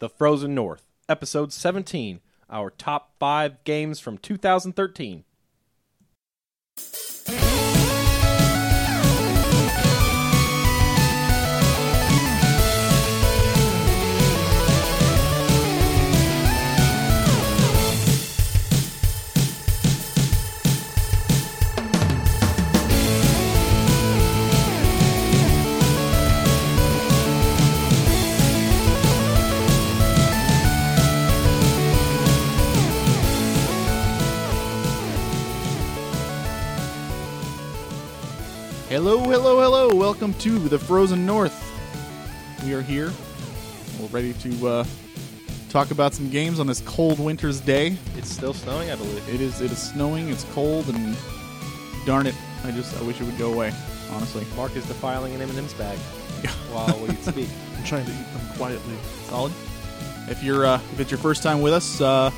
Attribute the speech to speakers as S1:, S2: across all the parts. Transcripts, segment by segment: S1: The Frozen North, Episode 17, our top five games from 2013.
S2: Hello, hello, hello. Welcome to the Frozen North. We are here. We're ready to uh, talk about some games on this cold winter's day.
S1: It's still snowing, I believe.
S2: It is it is snowing, it's cold, and darn it, I just I wish it would go away, honestly.
S1: Mark is defiling an M&M's bag while we speak.
S3: I'm trying to eat them quietly.
S2: Solid. If you're uh, if it's your first time with us, uh,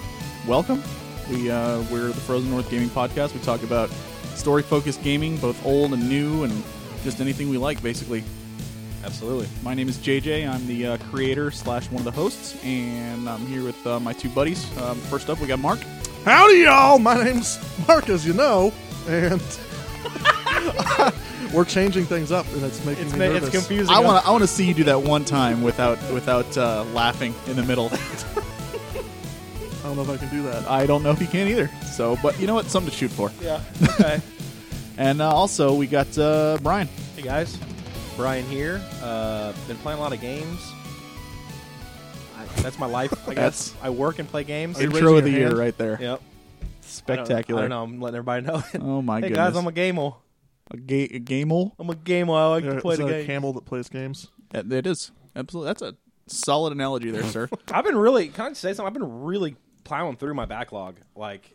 S2: welcome. We uh, we're the Frozen North Gaming Podcast. We talk about story focused gaming, both old and new, and just anything we like, basically.
S1: Absolutely.
S2: My name is JJ. I'm the uh, creator slash one of the hosts, and I'm here with uh, my two buddies. Um, first up, we got Mark.
S3: Howdy, y'all! My name's Mark, as you know, and we're changing things up, and it's making
S1: It's,
S3: me
S1: ma-
S3: nervous.
S1: it's confusing.
S2: I want to I want to see you do that one time without without uh, laughing in the middle.
S3: I don't know if I can do that.
S2: I don't know if you can either. So, but you know what? Something to shoot for.
S1: Yeah. Okay.
S2: And uh, also, we got uh, Brian.
S1: hey, guys. Brian here. Uh, been playing a lot of games. I, that's my life, I guess.
S2: That's-
S1: I work and play games.
S3: Are you
S2: Intro of the
S3: raising your
S2: year,
S3: hand?
S2: right there.
S1: Yep.
S2: Spectacular.
S1: I don't know. I'm letting everybody know. hey
S2: Oh my goodness.
S1: guys, I'm a gamer.
S2: a, ga- a gamel.
S1: I'm a gamer. I like
S3: Yeah,
S1: to play
S3: is
S1: the
S3: that a
S1: game.
S3: camel that plays games.
S2: Yeah, It is absolutely. That's a solid analogy there, sir.
S1: I've been really. Can I say something? I've been really plowing through my backlog, like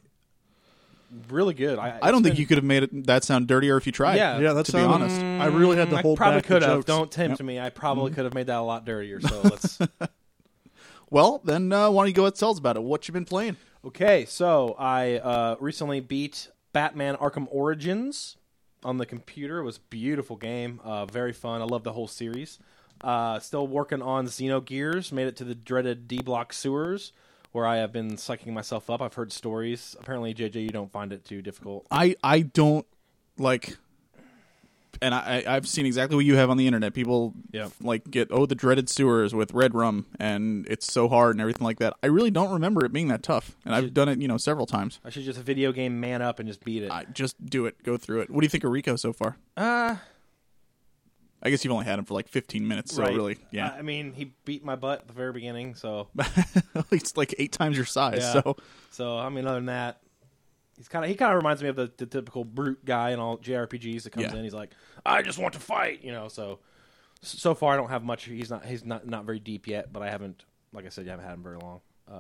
S1: really good. I,
S2: I don't think you could have made it that sound dirtier if you tried.
S1: Yeah.
S3: Yeah, that's
S2: to be honest.
S3: I really had to
S1: Mm, I
S3: hold
S1: probably
S3: back
S1: could
S3: the
S1: have.
S3: jokes. Mm-hmm.
S1: Don't tempt me. I probably could have made that a lot dirtier. So let's.
S2: Well, then uh, why don't you go ahead and tell us about it? What you been playing?
S1: okay, so I uh, recently beat Batman Arkham Origins on the computer. It was a beautiful game. Uh, very fun. I love the whole series. Uh, still working on Xenogears. Made it to the dreaded D block sewers. Where I have been psyching myself up. I've heard stories. Apparently, JJ, you don't find it too difficult.
S2: I I don't like, and I I- I've seen exactly what you have on the internet. People
S1: Yeah.
S2: like get oh the dreaded sewers with red rum and it's so hard and everything like that. I really don't remember it being that tough, and I've done it you know several times.
S1: I should just video game man up and just beat it.
S2: I just do it, go through it. What do you think of Rico so far?
S1: Uh,
S2: I guess you've only had him for like 15 minutes, so
S1: right.
S2: really, yeah,
S1: I mean, he beat my butt at the very beginning, so
S2: it's like eight times your size.
S1: yeah.
S2: So
S1: so I mean, other than that, he's kind of he kind of reminds me of the, the typical brute guy in all JRPGs that comes
S2: Yeah.
S1: in. He's like, I just want to fight, you know. So so far, I don't have much. He's not he's not not very deep yet, but I haven't like I said, I haven't had him very long. Uh,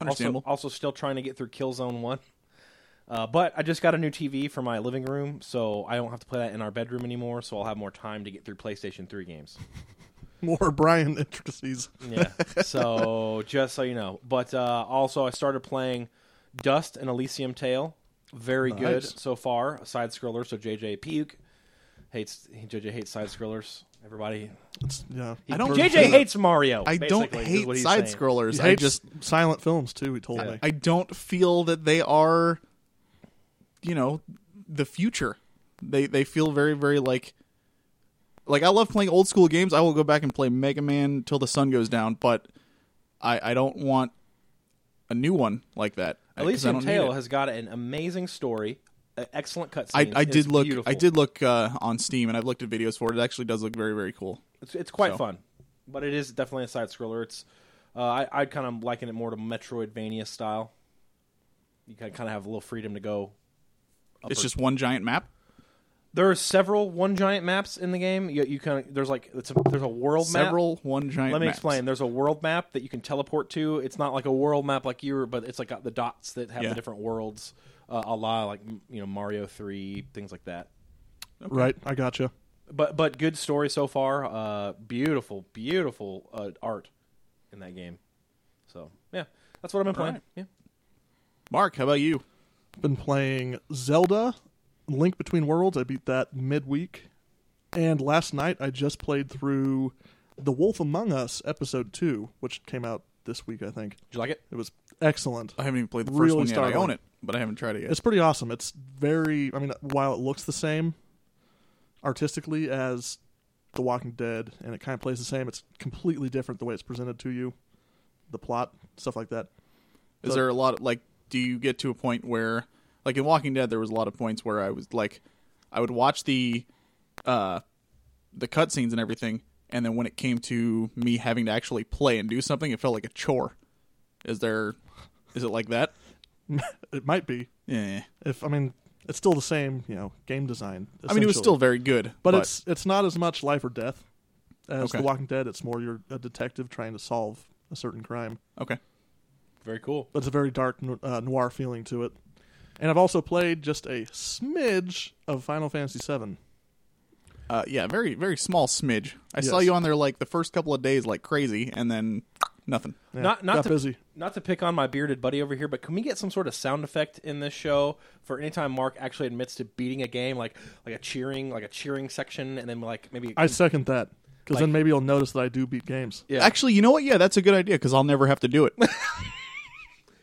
S2: Understandable.
S1: Also, also still trying to get through Killzone One. Uh, but I just got a new TV for my living room, so I don't have to play that in our bedroom anymore. So I'll have more time to get through PlayStation Three games.
S3: More Brian intricacies.
S1: Yeah. So just so you know, but uh, also I started playing Dust and Elysium Tale. Very good
S2: Nice.
S1: so far. A side scroller. So JJ puke hates JJ hates side scrollers. Everybody.
S3: It's, yeah,
S2: I don't-
S1: JJ hates Mario.
S2: I don't
S1: basically, is
S2: hate
S1: what he's
S2: side
S1: saying.
S2: scrollers.
S3: He
S2: I
S3: hates
S2: just
S3: silent films too. He told me.
S2: I don't feel that they are, you know, the future. They they feel very very like, like I love playing old school games. I will go back and play Mega Man till the sun goes down, but I I don't want a new one like that. 'cause I
S1: Elysium
S2: don't need
S1: Tale
S2: it.
S1: has got an amazing story, uh, excellent
S2: I,
S1: cutscenes.
S2: I did
S1: It's
S2: look
S1: beautiful.
S2: I did look uh, on Steam and I've looked at videos for it. It actually does look very very cool.
S1: It's, it's quite
S2: So.
S1: fun, but it is definitely a side scroller. It's uh, I I'd kind of liken it more to Metroidvania style. You kind of have a little freedom to go. up
S2: It's
S1: or-
S2: just one giant map.
S1: there are several one giant maps in the game. You, you kind of there's like it's a, there's a world map.
S2: Several one giant.
S1: Let me
S2: maps.
S1: explain. There's a world map that you can teleport to. It's not like a world map like you were, but it's like got the dots that have
S2: Yeah.
S1: the different worlds, uh, a la like m- you know Mario Three things like that.
S3: Right, I gotcha.
S1: But but good story so far. Uh, beautiful, beautiful uh, art in that game. So yeah, that's what I've been playing.
S2: right.
S1: Yeah,
S2: Mark, how about you?
S3: Been playing Zelda, Link Between Worlds. I beat that midweek, and last night I just played through The Wolf Among Us episode two, which came out this week, I think.
S1: Did you like it?
S3: It was excellent.
S2: I haven't even played the first
S3: Really
S2: one yet. I
S3: startling.
S2: own it, but I haven't tried it yet.
S3: It's pretty awesome. It's very. I mean, while it looks the same artistically as The Walking Dead, and it kind of plays the same, it's completely different the way it's presented to you, the plot, stuff like that.
S2: Is there a lot of, like do you get to a point where like in Walking Dead there was a lot of points where I was like I would watch the uh the cutscenes and everything and then when it came to me having to actually play and do something it felt like a chore. Is there is it like that?
S3: It might be
S2: Yeah.
S3: if I mean it's still the same, you know, game design.
S2: I mean it was
S3: essentially.
S2: still very good,
S3: but, it's it's not as much life or death as
S2: Okay.
S3: The Walking Dead. It's more you're a detective trying to solve a certain crime.
S2: okay.
S1: Very cool.
S3: But it's a very dark no- uh, noir feeling to it. And I've also played just a smidge of Final Fantasy VII.
S2: Uh yeah, very very small smidge. I saw
S3: Yes.
S2: you on there like the first couple of days like crazy and then nothing.
S3: Yeah,
S1: Not- not
S3: got
S1: to-
S3: busy.
S1: Not to pick on my bearded buddy over here, but can we get some sort of sound effect in this show for any time Mark actually admits to beating a game, like like a cheering, like a cheering section, and then like maybe
S3: I second that because
S1: Like-
S3: then maybe you'll notice that I do beat games.
S1: yeah,
S2: Actually, you know what? Yeah, that's a good idea cuz I'll never have to do it.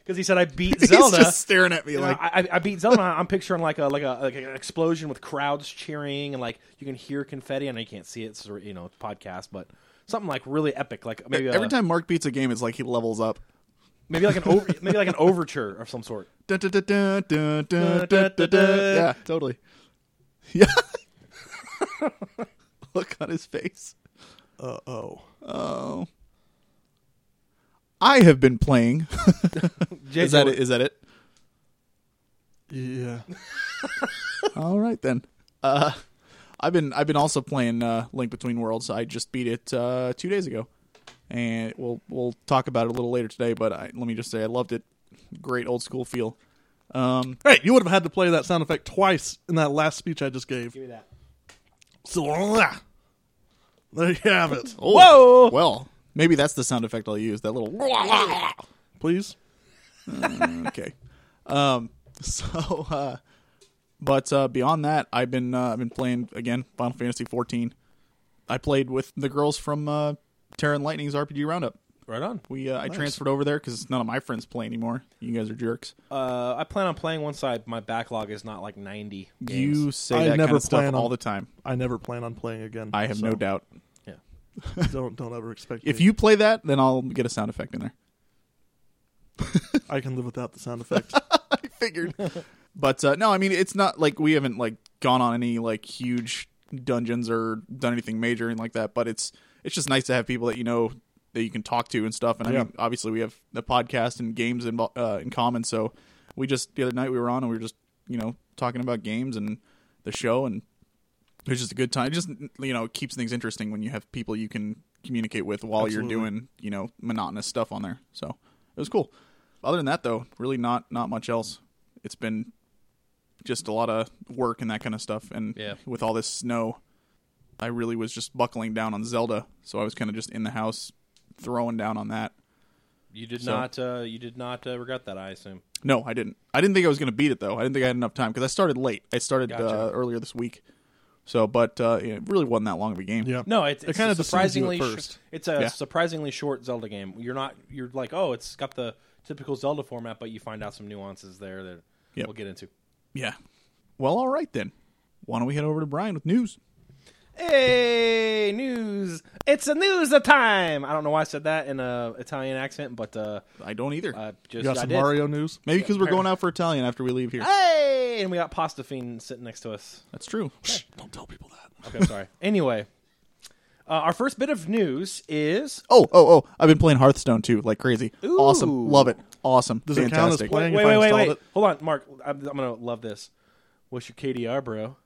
S1: because he said I beat
S2: He's
S1: Zelda.
S2: just staring at me
S1: You know,
S2: like
S1: I, I- I beat Zelda. I'm picturing like a like a like an explosion with crowds cheering and like you can hear confetti. I know you can't see it, it's you know it's a podcast, but something like really epic, like maybe a-
S2: E-, Every time Mark beats a game, it's like he levels up.
S1: maybe like an over, maybe like an overture of some sort.
S2: Dun, dun, dun, dun, dun, dun,
S1: dun,
S2: dun,
S1: dun.
S2: dun, dun. Yeah, totally. Yeah. Look on his face.
S3: Uh oh.
S2: Oh. I have been playing. is that it? Is that it?
S3: Yeah.
S2: All right then. Uh, I've been I've been also playing uh, Link Between Worlds. I just beat it uh, two days ago, and we'll we'll talk about it a little later today. But I, let me just say, I loved it. Great old school feel. Um,
S3: Hey, you would have had to play that sound effect twice in that last speech I just gave.
S1: Give me that.
S3: So, there you have it.
S1: Whoa!
S2: Well, maybe that's the sound effect I'll use. That little
S3: Please.
S2: okay. Um, so, uh, but uh, beyond that, I've been uh, I've been playing again Final Fantasy 14. I played with the girls from uh, Terran Lightning's RPG Roundup.
S1: Right on.
S2: We uh, I transferred over there because none of my friends play anymore. You guys are jerks.
S1: Uh, I plan on playing once I my backlog is not like 90 games.
S2: You say
S3: I
S2: that
S3: never
S2: kind of stuff
S3: plan on-
S2: all the time.
S3: I never plan on playing again.
S2: I have no
S3: so
S2: doubt.
S1: yeah.
S3: Don't don't ever expect.
S2: If
S3: me-
S2: you play that, then I'll get a sound effect in there.
S3: I can live without the sound effect.
S2: figured. but uh, no, I mean it's not like we haven't like gone on any like huge dungeons or done anything major and like that. But it's it's just nice to have people that you know that you can talk to and stuff. And I
S3: Yeah.
S2: mean, obviously we have the podcast and games in uh, in common. So we just the other night we were on and we were just you know talking about games and the show and it was just a good time. It just you know keeps things interesting when you have people you can communicate with while
S3: Absolutely.
S2: you're doing you know monotonous stuff on there. So it was cool. Other than that, though, really not not much else. It's been just a lot of work and that kind of stuff. And
S1: Yeah.
S2: with all this snow, I really was just buckling down on Zelda. So I was kind of just in the house throwing down on that.
S1: You did
S2: So-
S1: not. Uh, you did not uh, regret that. I assume.
S2: No, I didn't. I didn't think I was going to beat it though. I didn't think I had enough time because I started late. I started uh,
S1: Gotcha.
S2: earlier this week. So, but uh, it really wasn't that long of a game.
S3: yeah.
S1: No, it's,
S3: It
S1: it's
S3: kind
S1: a
S3: of deceives you at
S1: surprisingly sh-
S3: first.
S1: it's a
S2: Yeah.
S1: surprisingly short Zelda game. You're not you're like, "Oh, it's got the typical Zelda format, but you find out some nuances there that
S2: Yep.
S1: we'll get into."
S2: Yeah. Well, all right then. Why don't we head over to Brian with news?
S1: Hey, news. It's a news of time. I don't know why I said that in a Italian accent, but uh
S2: I don't either.
S1: I
S3: you
S1: just
S3: got
S1: I
S3: some
S1: did.
S3: Mario news.
S2: Maybe because we're going out for Italian after we leave here.
S3: Ah!
S1: Hey, and we got Pasta Fiend sitting next to us.
S2: That's true.
S3: Shh, don't tell people that.
S1: Okay, I'm sorry. anyway, uh, our first bit of news is
S2: Oh, oh, oh! I've been playing Hearthstone too, like crazy.
S1: Ooh.
S2: Awesome, love it. Awesome,
S3: Does it count as
S2: fantastic.
S3: playing?
S1: Wait,
S3: if
S1: wait,
S3: I
S1: wait,
S3: installed
S1: wait.
S3: it?
S1: Hold on, Mark. I'm, I'm going to love this. What's your KDR, bro?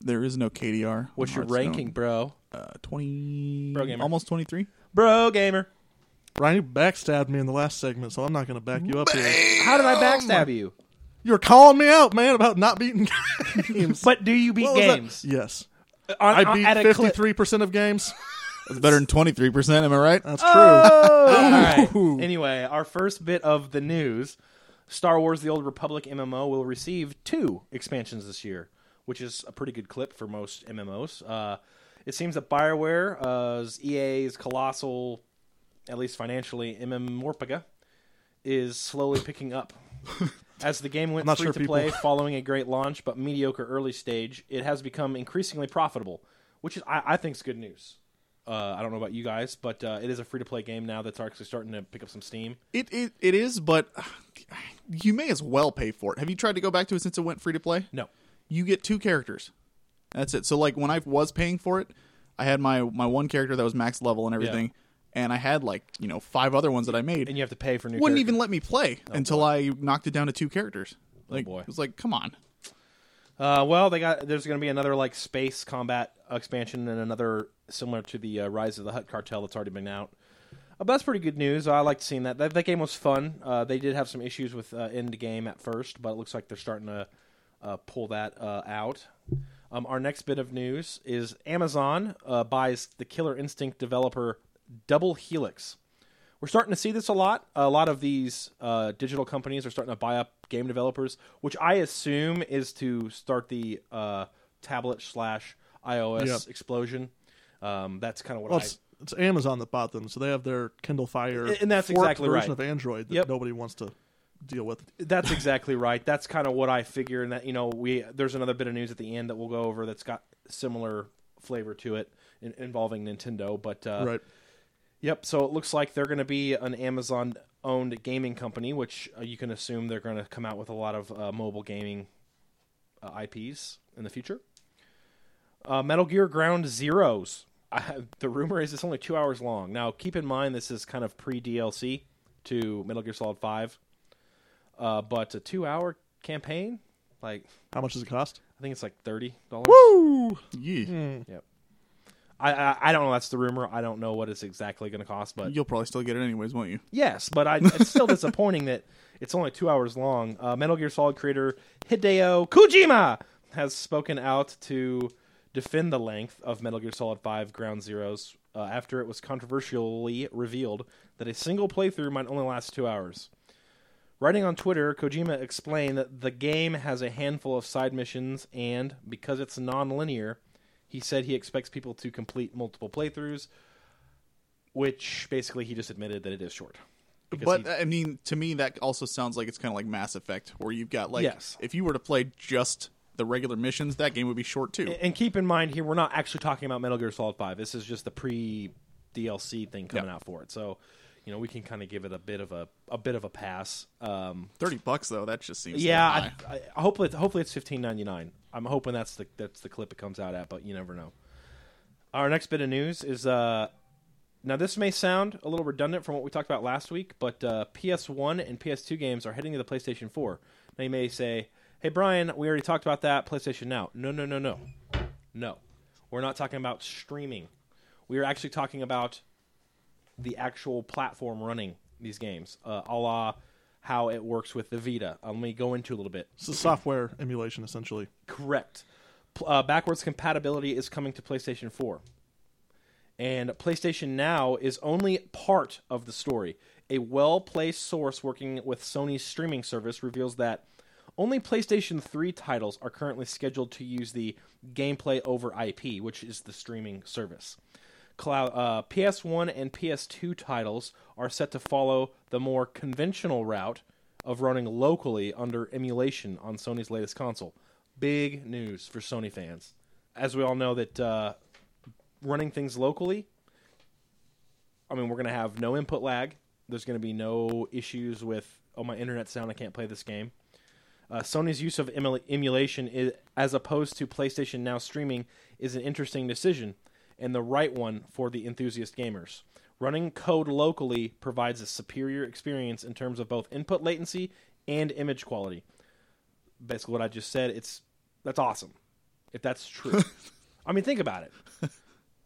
S2: there is no KDR.
S1: What's
S2: on
S1: your
S2: Hearthstone.
S1: ranking, bro?
S2: Uh, Twenty,
S1: Pro gamer.
S2: almost twenty-three.
S1: Bro gamer.
S3: Ryan, you backstabbed me in the last segment, so I'm not going to back you up here.
S1: How did I backstab you?
S3: You're calling me out, man, about not beating games.
S1: But do you beat
S3: What was that?
S1: games?
S3: Yes.
S1: On,
S3: I
S1: on-
S3: beat
S1: at a clip.
S3: 53% of games.
S2: That's better than twenty-three percent. Am I right?
S1: Uh,
S3: That's
S1: Oh!
S3: Ooh.
S1: All right. Anyway, our first bit of the news Star Wars The Old Republic MMO will receive two expansions this year, which is a pretty good clip for most MMOs. Uh, It seems that Bioware, uh, is EA's colossal, at least financially, MMORPG, is slowly picking up. As the game went
S3: I'm not
S1: free
S3: sure
S1: to
S3: people-
S1: play following a great launch but mediocre early stage, it has become increasingly profitable, which is I, I think is good news. Uh, I don't know about you guys, but uh, it is a free to play game now that's actually starting to pick up some steam.
S2: It, it it is, but uh, you may as well pay for it. Have you tried to go back to it since it went free to play?
S1: No,
S2: You get two characters. That's it. So like when I was paying for it, I had my my one character that was max level and everything, and I had like you know five other ones that I made.
S1: and you have to pay for new.
S2: wouldn't
S1: characters.
S2: even let me play until I knocked it down to two characters. Like
S1: Oh, boy.
S2: it was like, come on.
S1: Uh, well, they got there's going to be another like space combat expansion and another similar to the uh, Rise of the Hut Cartel that's already been out. Uh, but that's pretty good news. I liked seeing that. That, that game was fun. Uh, they did have some issues with uh, end game at first, but it looks like they're starting to uh, pull that uh, out. Um, our next bit of news is Amazon uh, buys the Killer Instinct developer Double Helix. We're starting to see this a lot. A lot of these uh, digital companies are starting to buy up game developers, which I assume is to start the uh, tablet slash iOS
S3: Yep.
S1: explosion. Um, that's kind of what
S3: Well,
S1: I
S3: it's, it's Amazon that bought them, so they have their Kindle Fire
S1: And- and that's
S3: forked
S1: exactly
S3: version
S1: right.
S3: of Android that
S1: Yep.
S3: nobody wants to deal with.
S1: That's exactly right. That's kind of what I figure, and that you know we there's another bit of news at the end that we'll go over that's got similar flavor to it in, involving Nintendo. But uh,
S3: right.
S1: yep. So it looks like they're going to be an Amazon owned gaming company, which uh, you can assume they're going to come out with a lot of uh, mobile gaming uh, IPs in the future. Uh, Metal Gear Ground Zeroes. I, the rumor is it's only two hours long. Now keep in mind this is kind of pre DLC to Metal Gear Solid Five uh, but a two-hour campaign, like
S3: How much does it cost?
S1: I think it's like thirty dollars.
S2: Woo! Yeah.
S1: Yep. I, I I don't know. That's the rumor. I don't know what it's exactly going to cost, but
S2: You'll probably still get it anyways, won't you?
S1: yes. But I, it's still disappointing that it's only two hours long. Uh, Metal Gear Solid creator Hideo Kojima has spoken out to defend the length of Metal Gear Solid Five Ground Zeroes uh, after it was controversially revealed that a single playthrough might only last two hours. Writing on Twitter, Kojima explained that the game has a handful of side missions, and because it's non-linear, he said he expects people to complete multiple playthroughs, which basically he just admitted that it is short. Because
S2: But
S1: he-
S2: I mean, to me, that also sounds like it's kind of like Mass Effect, where you've got like,
S1: Yes.
S2: if you were to play just the regular missions, that game would be short too.
S1: and keep in mind here, we're not actually talking about Metal Gear Solid Five. This is just the pre DLC thing coming out for it, so you know we can kind of give it a bit of a a bit of a pass. Um,
S2: Thirty bucks though, that just seems
S1: yeah,
S2: a little
S1: I,
S2: high.
S1: I, hopefully it's, hopefully it's fifteen ninety nine. I'm hoping that's the that's the clip it comes out at, but you never know. Our next bit of news is uh, now this may sound a little redundant from what we talked about last week, but uh, PS1 and PS2 games are heading to the PlayStation 4. Now you may say, "Hey Brian, we already talked about that PlayStation Now." No, no, no, no, no. We're not talking about streaming. We are actually talking about the actual platform running these games, uh, a la how it works with the Vita. Um, let me go into a little bit.
S3: It's a software emulation, essentially.
S1: Correct. P- Uh, backwards compatibility is coming to PlayStation 4. And PlayStation Now is only part of the story. A well placed source working with Sony's streaming service reveals that only PlayStation 3 titles are currently scheduled to use the gameplay over IP, which is the streaming service. Cloud, uh, PS1 and PS2 titles are set to follow the more conventional route of running locally under emulation on Sony's latest console. Big news for Sony fans. As we all know, that uh, running things locally, I mean, we're going to have no input lag. There's going to be no issues with, oh, my internet's down, I can't play this game. Uh, Sony's use of emula- emulation is, as opposed to PlayStation Now streaming is an interesting decision and the right one for the enthusiast gamers. Running code locally provides a superior experience in terms of both input latency and image quality. Basically, what I just said, it's that's awesome. If that's true, I mean, think about it.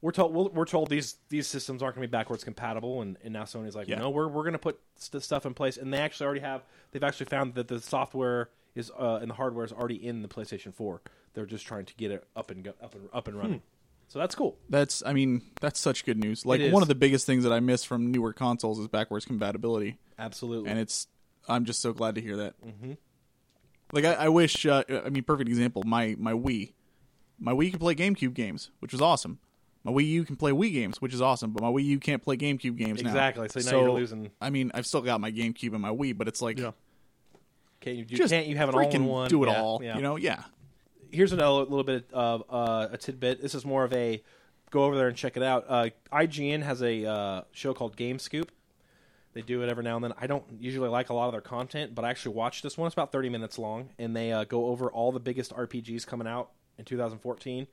S1: We're told we're, we're told these these systems aren't going to be backwards compatible, and, and now Sony's like,
S2: Yeah.
S1: no, we're we're going to put st- stuff in place, and they actually already have. They've actually found that the software is uh, and the hardware is already in the PlayStation Four. They're just trying to get it up and go up and up and running.
S2: Hmm.
S1: So that's cool.
S2: That's, I mean, that's such good news. Like
S1: It
S2: one
S1: is.
S2: of the biggest things that I miss from newer consoles is backwards compatibility,
S1: Absolutely.
S2: and it's, I'm just so glad to hear that. Mm-hmm. Like I, I wish, uh, I mean, perfect example. My my Wii, my Wii could play GameCube games, which was awesome. My Wii U can play Wii games, which is awesome, but my Wii U can't play GameCube games now.
S1: Exactly, so now you're losing-
S2: I mean, I've still got my GameCube and my Wii, but it's like
S3: Yeah.
S1: Can't you, you
S2: just
S1: can't you have an
S2: freaking
S1: all-in-one?
S2: Do it
S1: Yeah,
S2: all,
S1: yeah.
S2: you know? Yeah,
S1: here's another little bit of uh, a tidbit. This is more of a go over there and check it out. Uh, IGN has a uh, show called Game Scoop. They do it every now and then. I don't usually like a lot of their content, but I actually watched this one. It's about 30 minutes long, and they uh, go over all the biggest RPGs coming out in 2014.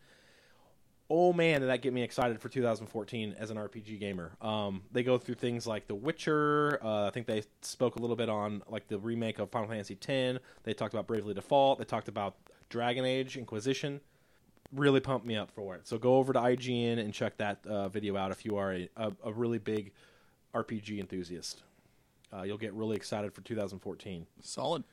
S1: Oh man, did that get me excited for 2014 as an RPG gamer? Um, they go through things like The Witcher. Uh, I think they spoke a little bit on like the remake of Final Fantasy X. They talked about Bravely Default. They talked about Dragon Age Inquisition. Really pumped me up for it. So go over to IGN and check that uh, video out if you are a, a, a really big RPG enthusiast. Uh, you'll get really excited for 2014.
S2: solid.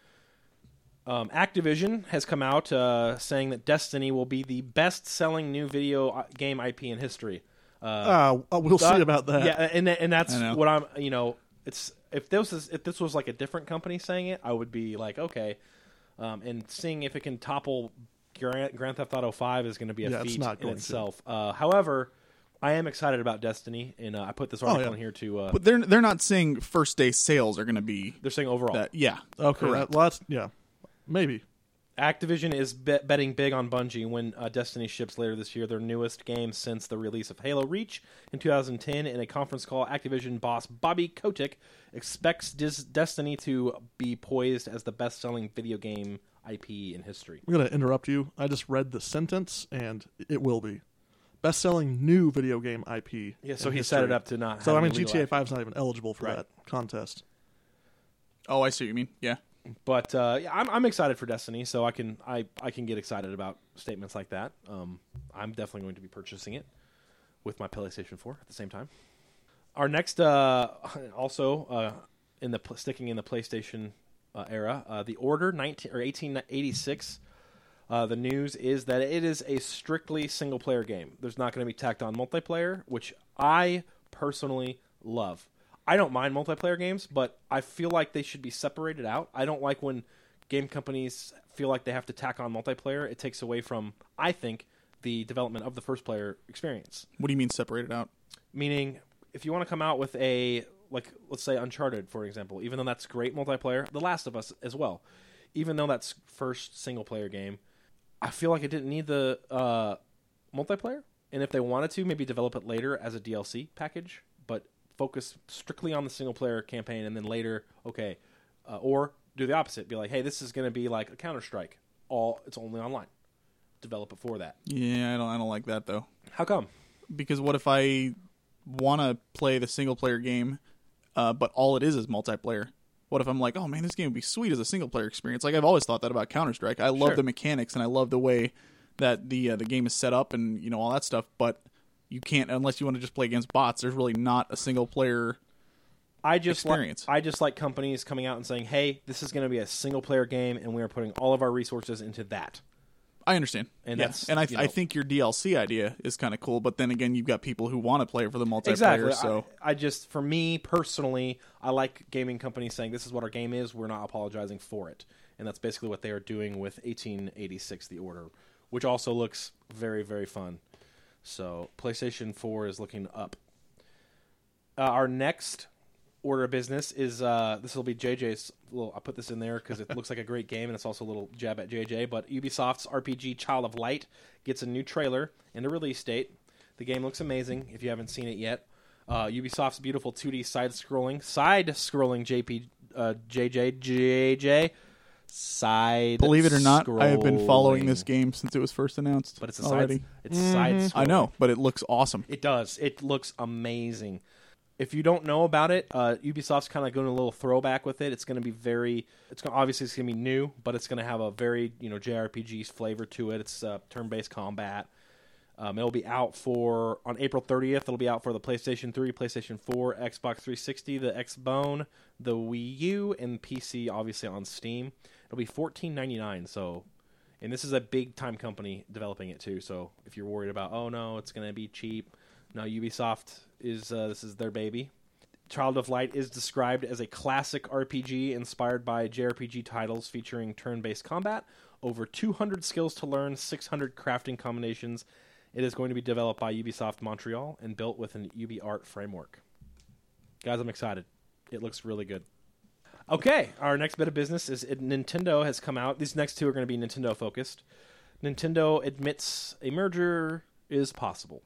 S1: Um, Activision has come out uh, saying that Destiny will be the best-selling new video uh, game IP in history. Uh,
S3: Uh, we'll
S1: that-
S3: see about that.
S1: Yeah, and and that's
S2: I know.
S1: what I'm. You know, it's if this was if this was like a different company saying it, I would be like, okay. Um, and seeing if it can topple Grand, Grand Theft Auto Five is going to be a
S3: Yeah, it's
S1: feat
S3: not
S1: in
S3: going to.
S1: itself. Uh, however, I am excited about Destiny, and uh, I put this article
S3: Oh, yeah.
S1: in here to. Uh,
S2: But they're they're not saying first day sales are going to be
S1: they're saying overall,
S2: that. Yeah,
S3: Okay.
S2: correct.
S3: That, well, that's, yeah. Maybe.
S1: Activision is bet betting big on Bungie when uh, Destiny ships later this year, their newest game since the release of Halo Reach in 2010. In a conference call, Activision boss Bobby Kotick expects Dis- Destiny to be poised as the best selling video game IP in history.
S3: I'm going to interrupt you. I just read the sentence, and it will be. Best selling new video game IP.
S1: Yeah, so
S3: in
S1: he set it
S3: history.
S1: up to not.
S3: So, I
S1: have
S3: mean,
S1: any legal
S3: GTA
S1: action.
S3: 5 is not even eligible for
S1: Right.
S3: that contest.
S2: Oh, I see what you mean. Yeah,
S1: But uh, yeah, I'm, I'm excited for Destiny, so I can I, I can get excited about statements like that. Um, I'm definitely going to be purchasing it with my PlayStation 4 at the same time. Our next, uh, also uh, in the pl- sticking in the PlayStation uh, era, uh, the Order 19 or 1886. Uh, the news is that it is a strictly single player game. There's not going to be tacked on multiplayer, which I personally love. I don't mind multiplayer games, but I feel like they should be separated out. I don't like when game companies feel like they have to tack on multiplayer. It takes away from, I think, the development of the first player experience
S2: what do you mean separated out?
S1: meaning if you want to come out with a like let's say uncharted for example even though that's great multiplayer the last of us as well even though that's first single player game i feel like it didn't need the uh, multiplayer and if they wanted to maybe develop it later as a dlc package but focus strictly on the single player campaign and then later okay uh, or do the opposite be like hey this is going to be like a counter-strike all it's only online develop it for that
S2: Yeah, I don't I don't like that though.
S1: how come
S2: because what if I want to play the single player game, uh, but all it is is multiplayer? What if I'm like, oh man, this game would be sweet as a single player experience? Like I've always thought that about Counter Strike. I love
S1: Sure.
S2: the mechanics and I love the way that the uh, the game is set up and you know all that stuff. But you can't unless you want to just play against bots. There's really not a single player.
S1: I just like
S2: experience.
S1: I just like companies coming out and saying, "Hey, this is going to be a single player game, and we are putting all of our resources into that."
S2: I understand,
S1: And
S2: Yeah.
S1: that's,
S2: and I,
S1: you
S2: I
S1: know-
S2: think your DLC idea is kind of cool. But then again, you've got people who want to play for the multiplayer.
S1: Exactly.
S2: So
S1: I, I just, for me personally, I like gaming companies saying, "This is what our game is. We're not apologizing for it," and that's basically what they are doing with 1886: The Order, which also looks very, very fun. So PlayStation 4 is looking up. Uh, our next order of business is uh, this will be JJ's. Little, I put this in there because it looks like a great game, and it's also a little jab at JJ. But Ubisoft's RPG Child of Light gets a new trailer and a release date. The game looks amazing if you haven't seen it yet. Uh, Ubisoft's beautiful 2D side-scrolling, side-scrolling JP, uh, JJ, JJ, side.
S2: believe it or not, I have been following this game since it was first announced.
S1: but it's a
S2: already.
S1: side. It's side.
S2: I know, but it looks awesome.
S1: It does. It looks amazing. If you don't know about it, uh, Ubisoft's kind of going a little throwback with it. It's going to be very. It's gonna, obviously it's going to be new, but it's going to have a very you know JRPG flavor to it. It's uh, turn-based combat. Um, it'll be out for on April 30th. It'll be out for the PlayStation 3, PlayStation 4, Xbox 360, the Xbone, the Wii U, and PC. Obviously on Steam, it'll be 14.99. So and this is a big time company developing it too. So if you're worried about, oh no, it's going to be cheap, no, Ubisoft is uh, this is their baby. Child of Light is described as a classic RPG inspired by JRPG titles featuring turn-based combat, over 200 skills to learn, 600 crafting combinations, It is going to be developed by Ubisoft Montreal and built with an UbiArt framework. Guys, I'm excited. It looks really good. Okay, our next bit of business is it, Nintendo has come out. These next two are going to be Nintendo focused. Nintendo admits a merger is possible,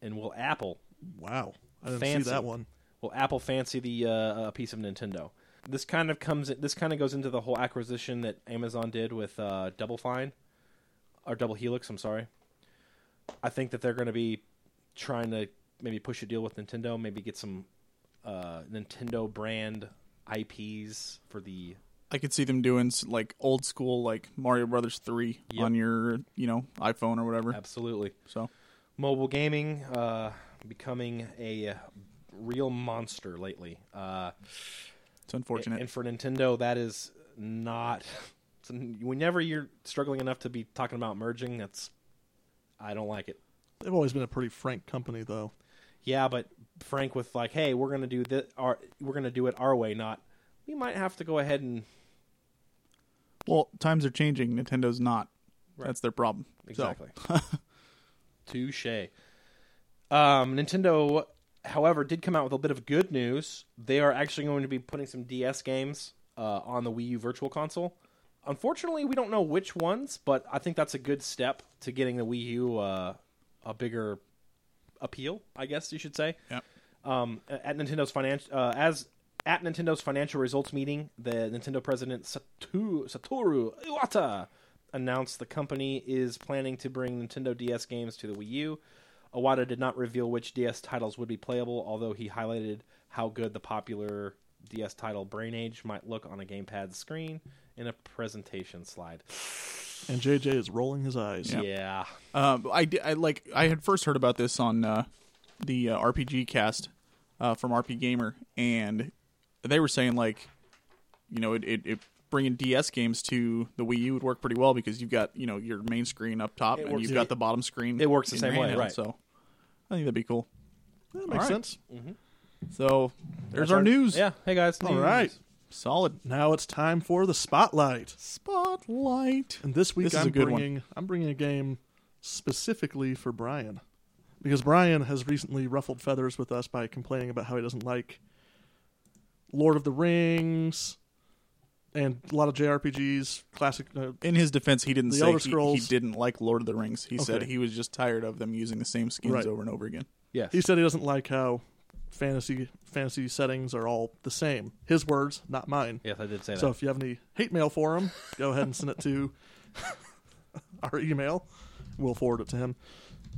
S1: and will Apple
S3: Wow. I didn't
S1: Fancy.
S3: see that one.
S1: will Apple fancy the uh, uh, piece of Nintendo? This kind of comes. This kind of goes into the whole acquisition that Amazon did with uh, Double Fine or Double Helix. I'm sorry. I think that they're going to be trying to maybe push a deal with Nintendo, maybe get some uh, Nintendo brand IPs for the
S2: I could see them doing s- like old school, like Mario Brothers three
S1: Yep.
S2: on your, you know, iPhone or whatever.
S1: absolutely.
S2: So
S1: mobile gaming uh, becoming a real monster lately. Uh,
S2: it's unfortunate.
S1: and for Nintendo, that is not. it's- Whenever you're struggling enough to be talking about merging, that's I don't like it.
S3: They've always been a pretty frank company, though.
S1: Yeah, but Frank with like, hey, we're gonna do this. Our, we're gonna do it our way, not. We might have to go ahead and
S2: well, times are changing. Nintendo's not.
S1: Right.
S2: That's their problem. So,
S1: Exactly. Touche. Um, Nintendo, however, did come out with a bit of good news. They are actually going to be putting some DS games uh, on the Wii U Virtual Console. Unfortunately, we don't know which ones, but I think that's a good step to getting the Wii U uh, a bigger appeal. I guess you should say
S2: Yep.
S1: um, at Nintendo's financial uh, as at Nintendo's financial results meeting, the Nintendo president Satoru, Satoru Iwata announced the company is planning to bring Nintendo DS games to the Wii U. Iwata did not reveal which DS titles would be playable, although he highlighted how good the popular DS title Brain Age might look on a gamepad screen in a presentation slide.
S3: And JJ is rolling his eyes.
S1: Yeah.
S2: Uh, I, di- I like I had first heard about this on uh, the uh, RPG cast uh, from RP Gamer, and they were saying like, you know, it, it, it bringing DS games to the Wii U would work pretty well because you've got you know your main screen up top and
S1: works-
S2: you've got
S1: it-
S2: the bottom screen.
S1: it works the
S2: in
S1: same
S2: your
S1: way,
S2: handheld,
S1: right.
S2: So I think that'd be cool.
S3: That
S2: All
S3: makes
S2: right.
S3: sense.
S2: So there's our, news.
S1: Yeah. Hey guys.
S3: All right.
S2: solid
S3: Now it's time for the spotlight.
S2: spotlight.
S3: And this week
S2: This is
S3: I'm
S2: a good one.
S3: bringing I'm bringing a game specifically for Brian because Brian has recently ruffled feathers with us by complaining about how he doesn't like Lord of the Rings and a lot of JRPGs, classic uh,
S2: In his defense, he didn't
S3: The
S2: say
S3: Elder
S2: he- he,
S3: Scrolls.
S2: didn't like Lord of the Rings. He said
S3: Okay.
S2: he was just tired of them using the same skins
S3: Right.
S2: over and over again.
S1: Yes.
S3: He said he doesn't like how fantasy fantasy settings are all the same. His words, not mine.
S1: yes, I did say that.
S3: So if you have any hate mail for him, go ahead and send it to our email. We'll forward it to him.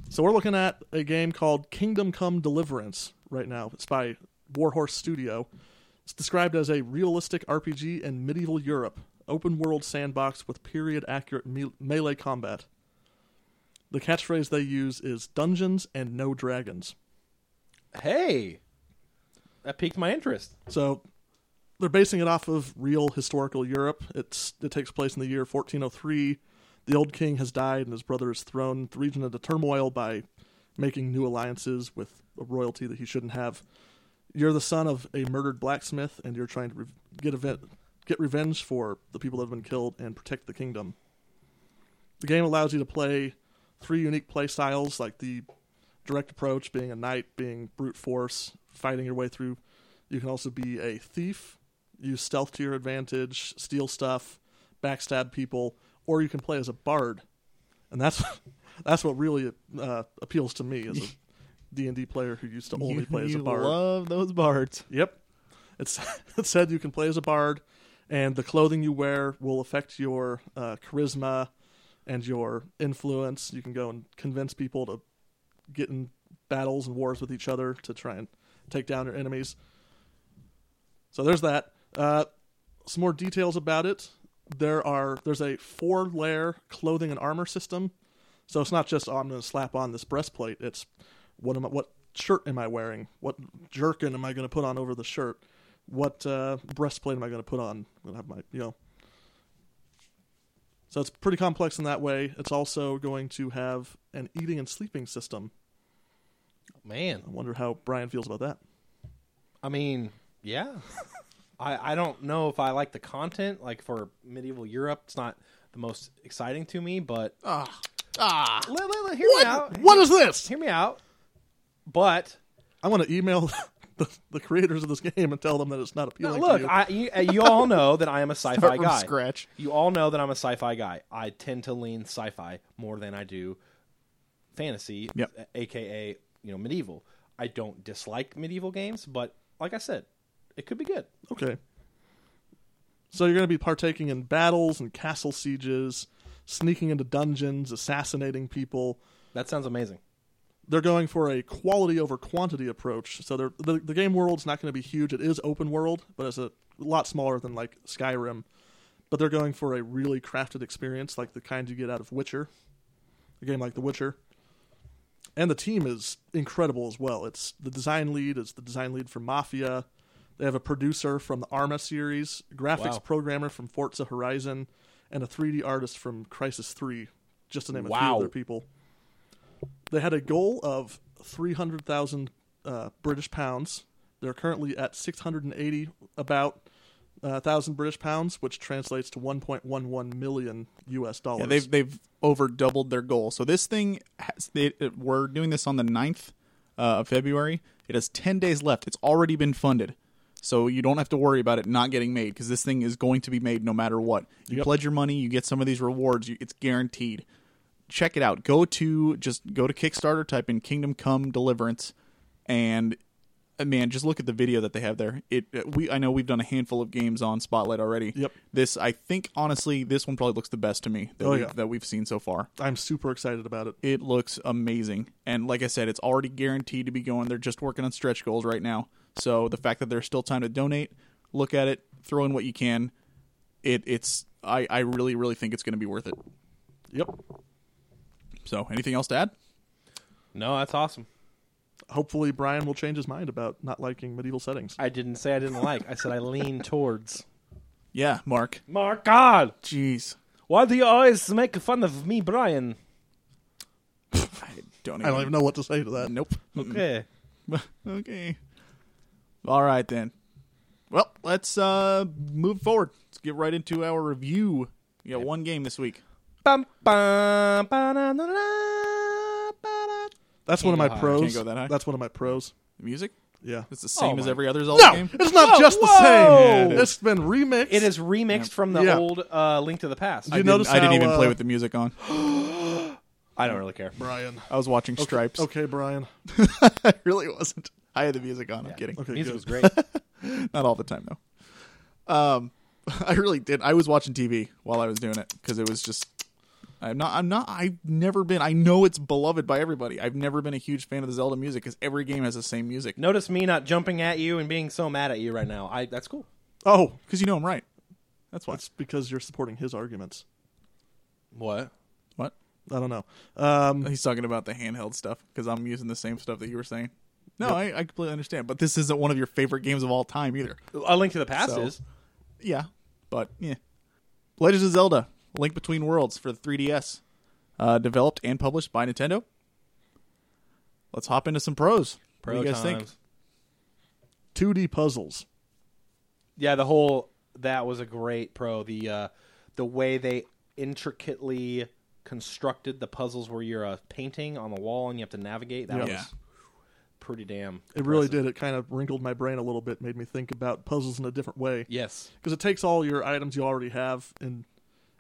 S3: So we're looking at a game called Kingdom Come Deliverance right now. It's by Warhorse Studio. It's described as a realistic RPG in medieval Europe, open world sandbox with period accurate me- melee combat. The catchphrase they use is dungeons and no dragons.
S1: hey, that piqued my interest.
S3: So they're basing it off of real historical Europe. It's it takes place in the year 1403. The old king has died, and his brother has thrown the region into turmoil by making new alliances with a royalty that he shouldn't have. You're the son of a murdered blacksmith, and you're trying to re- get event, get revenge for the people that have been killed and protect the kingdom. The game allows you to play three unique play styles, like the direct approach, being a knight, being brute force, fighting your way through. You can also be a thief, use stealth to your advantage, steal stuff, backstab people, or you can play as a bard, and that's that's what really uh, appeals to me as a D and D player who used to only
S2: you,
S3: play as a
S2: you
S3: bard.
S2: love those bards.
S3: Yep. It's it said you can play as a bard, and the clothing you wear will affect your uh, charisma and your influence. You can go and convince people to get in battles and wars with each other to try and take down your enemies. So there's that. Uh, some more details about it. There are there's a four layer clothing and armor system. So it's not just oh I'm going to slap on this breastplate. It's what am I, what shirt am I wearing? What jerkin am I going to put on over the shirt? What uh, breastplate am I going to put on? I'm going to have my you know. So it's pretty complex in that way. It's also going to have an eating and sleeping system.
S1: Man,
S3: I wonder how Brian feels about that.
S1: I mean, yeah. I I don't know if I like the content. Like for medieval Europe, it's not the most exciting to me, but
S2: Ah, Ah,
S1: Let- let- let- hear me out. Hear
S2: what
S1: me-
S2: is this?
S1: Hear me out. But
S3: I want to email the, the creators of this game and tell them that it's not
S1: Now,
S3: appealing.
S1: look,
S3: to you.
S1: I, you, uh, you all know that I am a sci-fi
S2: from
S1: guy.
S2: scratch.
S1: You all know that I'm a sci-fi guy. I tend to lean sci-fi more than I do fantasy,
S2: Yep.
S1: a- aka you know medieval. I don't dislike medieval games, but like I said, it could be good.
S3: Okay. So you're going to be partaking in battles and castle sieges, sneaking into dungeons, assassinating people.
S1: That sounds amazing.
S3: They're going for a quality over quantity approach. So they're, the the game world's not going to be huge. It is open world, but it's a lot smaller than like Skyrim. But they're going for a really crafted experience, like the kind you get out of Witcher, a game like The Witcher. And the team is incredible as well. It's the design lead is the design lead for Mafia. They have a producer from the Arma series, graphics
S1: Wow.
S3: programmer from Forza Horizon, and a 3D artist from Crisis 3, just to name a few
S1: Wow.
S3: of their people. They had a goal of 300,000 uh, British pounds. They're currently at 680 about uh, thousand British pounds, which translates to 1.11 million U.S. dollars.
S2: Yeah, they've they've over doubled their goal. So this thing, has, they, it- we're doing this on the 9th uh, of February. It has ten days left. It's already been funded, so you don't have to worry about it not getting made because this thing is going to be made no matter what. You
S3: Yep.
S2: pledge your money, you get some of these rewards. You, it's guaranteed. Check it out. Go to just go to Kickstarter, type in Kingdom Come Deliverance, and uh, man, just look at the video that they have there. It uh, we I know we've done a handful of games on Spotlight already.
S3: Yep.
S2: This I think honestly, this one probably looks the best to me that,
S3: Oh,
S2: we've,
S3: yeah.
S2: that we've seen so far.
S3: I'm super excited about it.
S2: It looks amazing, and like I said, it's already guaranteed to be going. They're just working on stretch goals right now, so the fact that there's still time to donate, look at it, throw in what you can. It it's I I really really think it's going to be worth it.
S3: Yep.
S2: So anything else to add?
S1: No, that's awesome.
S3: Hopefully, Brian will change his mind about not liking medieval settings.
S1: I didn't say I didn't like. I said I lean towards.
S2: Yeah, Mark.
S1: My God,
S2: Jeez,
S1: why do you always make fun of me, Brian?
S2: I don't. Even,
S3: I don't even know what to say to that.
S2: Nope.
S1: Okay.
S2: okay. All right then. Well, let's uh move forward. Let's get right into our review. We got one game this week.
S1: Bum, bum, ba-da-da-da, ba-da.
S3: That's one of my
S1: Can't go
S3: pros.
S2: higher. Can't go that high.
S3: That's one of my pros.
S2: The music?
S3: Yeah.
S2: It's the same
S1: Oh
S2: as
S1: my-
S2: every other Zelda
S3: No,
S2: game.
S3: it's not
S1: Whoa,
S3: just the
S1: whoa!
S2: Yeah,
S3: same.
S2: it
S3: it
S2: is.
S3: has been remixed.
S1: It is remixed from the
S3: Yeah.
S1: old uh, Link to the Past.
S3: Did
S1: I,
S3: you
S2: I
S3: notice
S2: didn't, I didn't
S3: how,
S2: even
S3: uh,
S2: play with the music on.
S1: don't really care.
S3: Brian.
S2: I was watching Stripes.
S3: Okay, Brian.
S2: I really wasn't. I had the music on. I'm kidding.
S3: Okay,
S1: Music
S3: good.
S1: was great.
S2: Not all the time though. Um, I really did. I was watching TV while I was doing it because it was just. I'm not. I'm not. I've never been. I know it's beloved by everybody. I've never been a huge fan of the Zelda music because every game has the same music.
S1: Notice me not jumping at you and being so mad at you right now. I that's cool.
S3: Oh,
S2: Because you know I'm right. That's why.
S3: that's because you're supporting his arguments.
S1: What?
S2: what?
S3: I don't know. Um,
S2: He's talking about the handheld stuff because I'm using the same stuff that you were saying. No, I, I completely understand. But this isn't one of your favorite games of all time either.
S1: A Link to the Past
S2: So-
S1: is.
S2: Yeah, but yeah. Legend of Zelda: Link Between Worlds for the 3DS, uh, developed and published by Nintendo. Let's hop into some pros.
S1: Pro
S2: what do you guys think?
S1: times.
S3: 2D puzzles.
S1: Yeah, the whole that was a great pro. The uh, the way they intricately constructed the puzzles where you're a painting on the wall and you have to navigate. That
S3: Yeah.
S2: Yeah.
S1: was pretty damn.
S3: It really
S1: impressive.
S3: did. It kind of wrinkled my brain a little bit, made me think about puzzles in a different way.
S1: Yes.
S3: Because it takes all your items you already have, and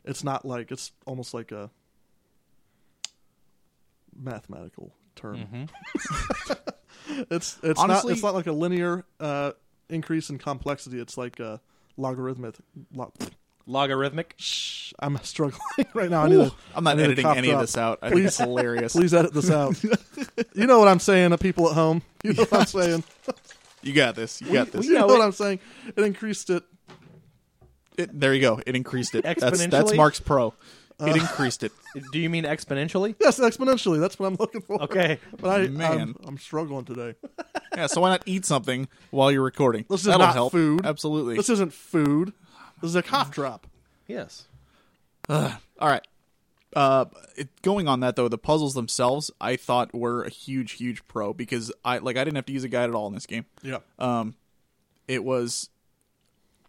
S3: it's not like, it's almost like a mathematical term. it's it's
S2: Mm-hmm. Honestly-
S3: not it's not like a linear uh, increase in complexity. It's like a logarithmic. Lo-
S1: Logarithmic.
S3: Shh, I'm struggling right now. I need
S2: Ooh,
S3: a,
S2: I'm not
S3: I need a
S2: editing
S3: cough
S2: any of
S3: drop.
S2: this out. I think it's hilarious.
S3: Please edit this out. you know what I'm saying to people at home. You know what I'm saying.
S2: You got this. You got this.
S3: You know,
S1: No,
S3: what
S1: it-
S3: I'm saying? It increased it.
S2: It- there you go. It increased it. That's, that's
S1: Exponentially?
S2: Mark's pro.
S3: Uh.
S2: It increased it.
S1: Do you mean exponentially?
S3: Yes, exponentially. That's what I'm looking for.
S1: Okay.
S3: But I,
S2: Man.
S3: I'm, I'm struggling today.
S2: Yeah, so why not eat something while you're recording?
S3: This is
S2: That'll
S3: not
S2: help.
S3: food.
S2: Absolutely.
S3: This isn't food. This is a cough drop.
S1: Yes.
S2: All right. Uh, it, going on that though, the puzzles themselves I thought were a huge, huge pro because I like I didn't have to use
S3: Uh,
S2: a guide at all in this game.
S3: Yeah.
S2: It was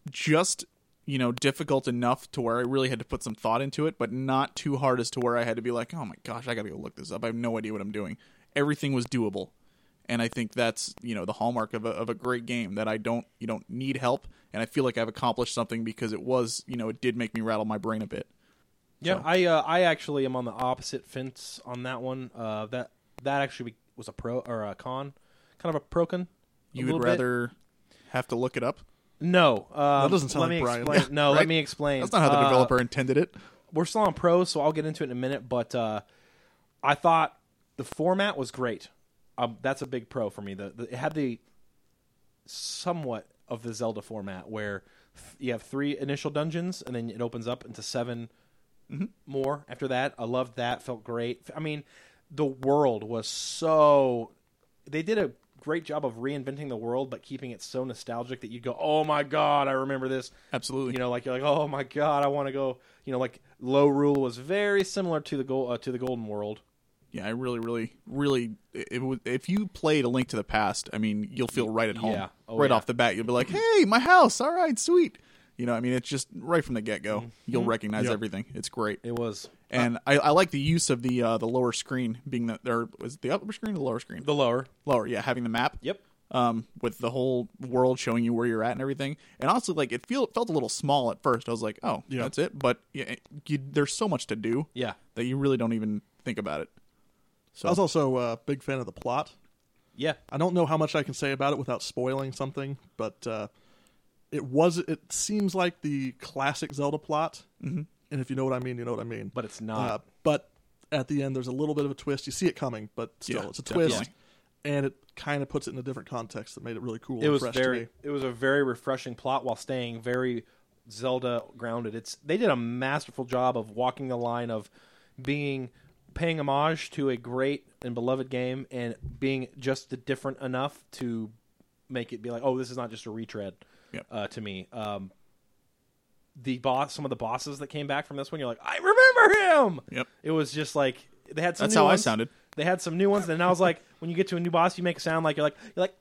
S2: just you know, difficult enough to where I really had to put some thought into it, but not too hard as to where I had to be like, oh my gosh, I got to go look this up. I have no idea what I'm doing. Everything was doable. And I think that's, you know, the hallmark of a, of a great game that I don't, you don't need help. And I feel like I've accomplished something because it was, you know, it did make me rattle my brain a bit.
S1: Yeah, I uh, I actually am on the opposite fence on that one. Uh, that that actually was a pro or a con, kind of a proken.
S2: You would rather have to look it up.
S1: no. Um,
S3: That doesn't sound
S1: let
S3: like
S1: me
S3: Brian.
S1: Explain, no,
S2: right?
S1: let me explain.
S2: That's not how the
S1: Uh,
S2: developer intended it.
S1: we're still on pros, so I'll get into it in a minute. But uh, I thought the format was great. Um, that's a big pro for me. The, the, it had the somewhat of the Zelda format where th- you have three initial dungeons and then it opens up into 7 more after that. I loved that. Felt great. I mean, the world was so. They did a great job of reinventing the world, but keeping it so nostalgic that you go, "Oh my god, I remember this."
S2: Absolutely.
S1: You know, like you're like, oh my god, I want to go. You know, like low rule was very similar to the gold uh, to the golden world.
S2: yeah, I really, really, really. It was, if you played A Link to the Past, I mean, you'll feel right at home.
S1: Yeah. Oh,
S2: right
S1: yeah.
S2: off the bat, you'll be like, "Hey, my house! All right, sweet." You know, I mean, it's just right from the get go. You'll recognize
S3: Yep.
S2: everything. It's great,
S1: Mm-hmm. It uh, was
S2: and I, I like the use of the uh, the lower screen being the or was it the upper screen or the lower screen?
S1: the lower.
S2: lower, yeah, having the map.
S1: Yep.
S2: Um, with the whole world showing you where you're at and everything, and honestly, like it feel, felt a little small at first. I was like, "Oh,
S3: Yeah.
S2: that's it," but yeah, you, there's so much to do
S1: Yeah.
S2: that you really don't even think about it.
S3: I was also a big fan of the plot.
S1: Yeah.
S3: I don't know how much I can say about it without spoiling something, but uh, it was. It seems like the classic Zelda plot, mm-hmm. and if you know what I mean, you know what I mean.
S1: But it's
S3: uh,
S1: not.
S3: but at the end, there's a little bit of a twist. You see it coming, but still,
S2: Yeah,
S3: it's a twist,
S2: definitely.
S3: and it kind of puts it in a different context that made it really cool.
S1: it
S3: and
S1: was
S3: fresh to me.
S1: very. It was a very refreshing plot while staying very Zelda grounded. It's they did a masterful job of walking the line of being paying homage to a great and beloved game and being just different enough to make it be like, oh, this is not just a retread.
S2: Yep.
S1: Uh, to me, um, the boss, some of the bosses that came back from this one, you're like, I remember him.
S2: Yep.
S1: It was just like they had some.
S2: That's
S1: new
S2: how I
S1: ones.
S2: sounded.
S1: They had some new ones, and I was like, when you get to a new boss, you make a sound like you're like you're like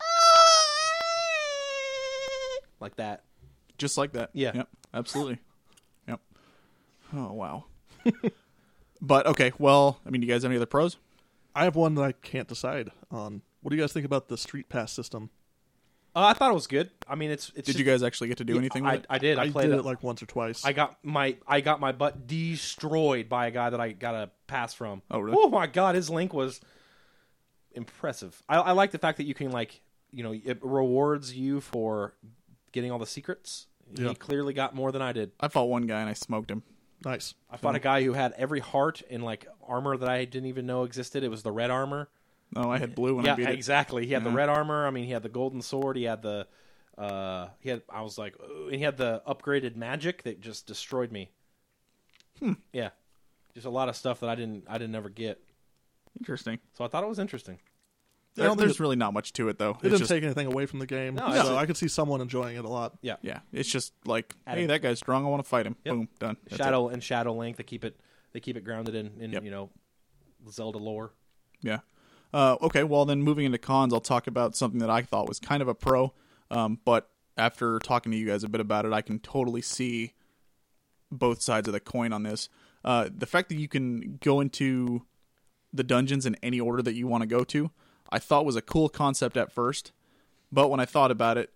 S1: "Ah!" like that.
S2: just like that.
S1: Yeah.
S2: Yep. Absolutely. Yep. Oh wow. but okay. Well, I mean, do you guys have any other pros?
S3: I have one that I can't decide on. What do you guys think about the Street Pass system?
S1: Uh, I thought it was good. I mean, it's, it's
S2: Did you
S1: just-
S2: guys actually get to do anything? With
S1: I,
S2: it?
S1: I did. I,
S3: I
S1: played
S3: did
S1: it.
S3: it like once or twice.
S1: I got my I got my butt destroyed by a guy that I got a pass from.
S2: Oh, really?
S1: Oh my god, his link was impressive. I, I like the fact that you can like you know it rewards you for getting all the secrets.
S3: Yeah.
S1: He clearly got more than I did.
S2: I fought one guy and I smoked him.
S3: nice.
S1: I fought a guy who had every heart and like armor that I didn't even know existed. It was the red armor.
S2: No, Oh, I had blue when I
S1: Yeah,
S2: beat it. Mm-hmm.
S1: exactly. He had the red armor. I mean, he had the golden sword. He had the uh he had I was like "Ooh," and he had the upgraded magic that just destroyed me. Hmm. Yeah. Just a lot of stuff that I didn't I didn't ever get.
S2: Interesting.
S1: So I thought it was interesting.
S2: I don't-
S3: think
S2: there's really not much to it though.
S3: It
S2: it's
S3: didn't
S2: just,
S3: take anything away from the game,
S1: No, it's
S3: so
S1: a-
S3: I could see someone enjoying it a lot.
S1: Yeah.
S2: Yeah, it's just like,
S1: Adding-
S2: hey, that guy's strong. I want to fight him.
S1: Yep.
S2: Boom, done. That's it.
S1: Shadow and Shadow Link, they keep it they keep it grounded in in
S2: Yep.
S1: you know Zelda lore.
S2: Yeah. Uh, okay, well, then moving into cons, I'll talk about something that I thought was kind of a pro, um, but after talking to you guys a bit about it, I can totally see both sides of the coin on this. Uh, the fact that you can go into the dungeons in any order that you want to go to, I thought was a cool concept at first, but when I thought about it,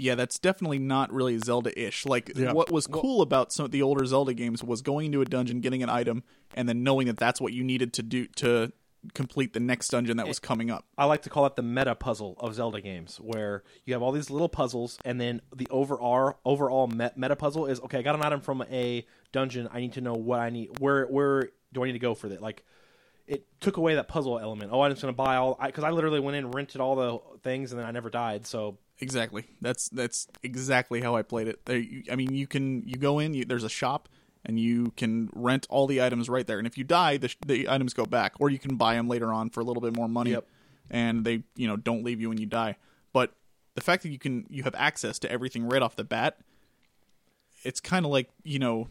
S2: yeah, that's definitely not really Zelda-ish. Like
S3: Yeah.
S2: what was cool about some of the older Zelda games was going into a dungeon, getting an item, and then knowing that that's what you needed to do to complete the next dungeon that was coming up.
S1: I like to call it the meta puzzle of Zelda games, where you have all these little puzzles, and then the overall overall me- meta puzzle is okay. I got an item from a dungeon. I need to know what I need. Where where do I need to go for that? Like, it took away that puzzle element. Oh, I'm just gonna buy all because I, literally went in, rented all the things, and then I never died. So
S2: Exactly. That's that's exactly how I played it. There, you, I mean, you can you go in. You, there's a shop, and you can rent all the items right there. And if you die, the, sh- the items go back, or you can buy them later on for a little bit more money.
S1: Yep.
S2: And they you know don't leave you when you die. But the fact that you can you have access to everything right off the bat, it's kind of like you know,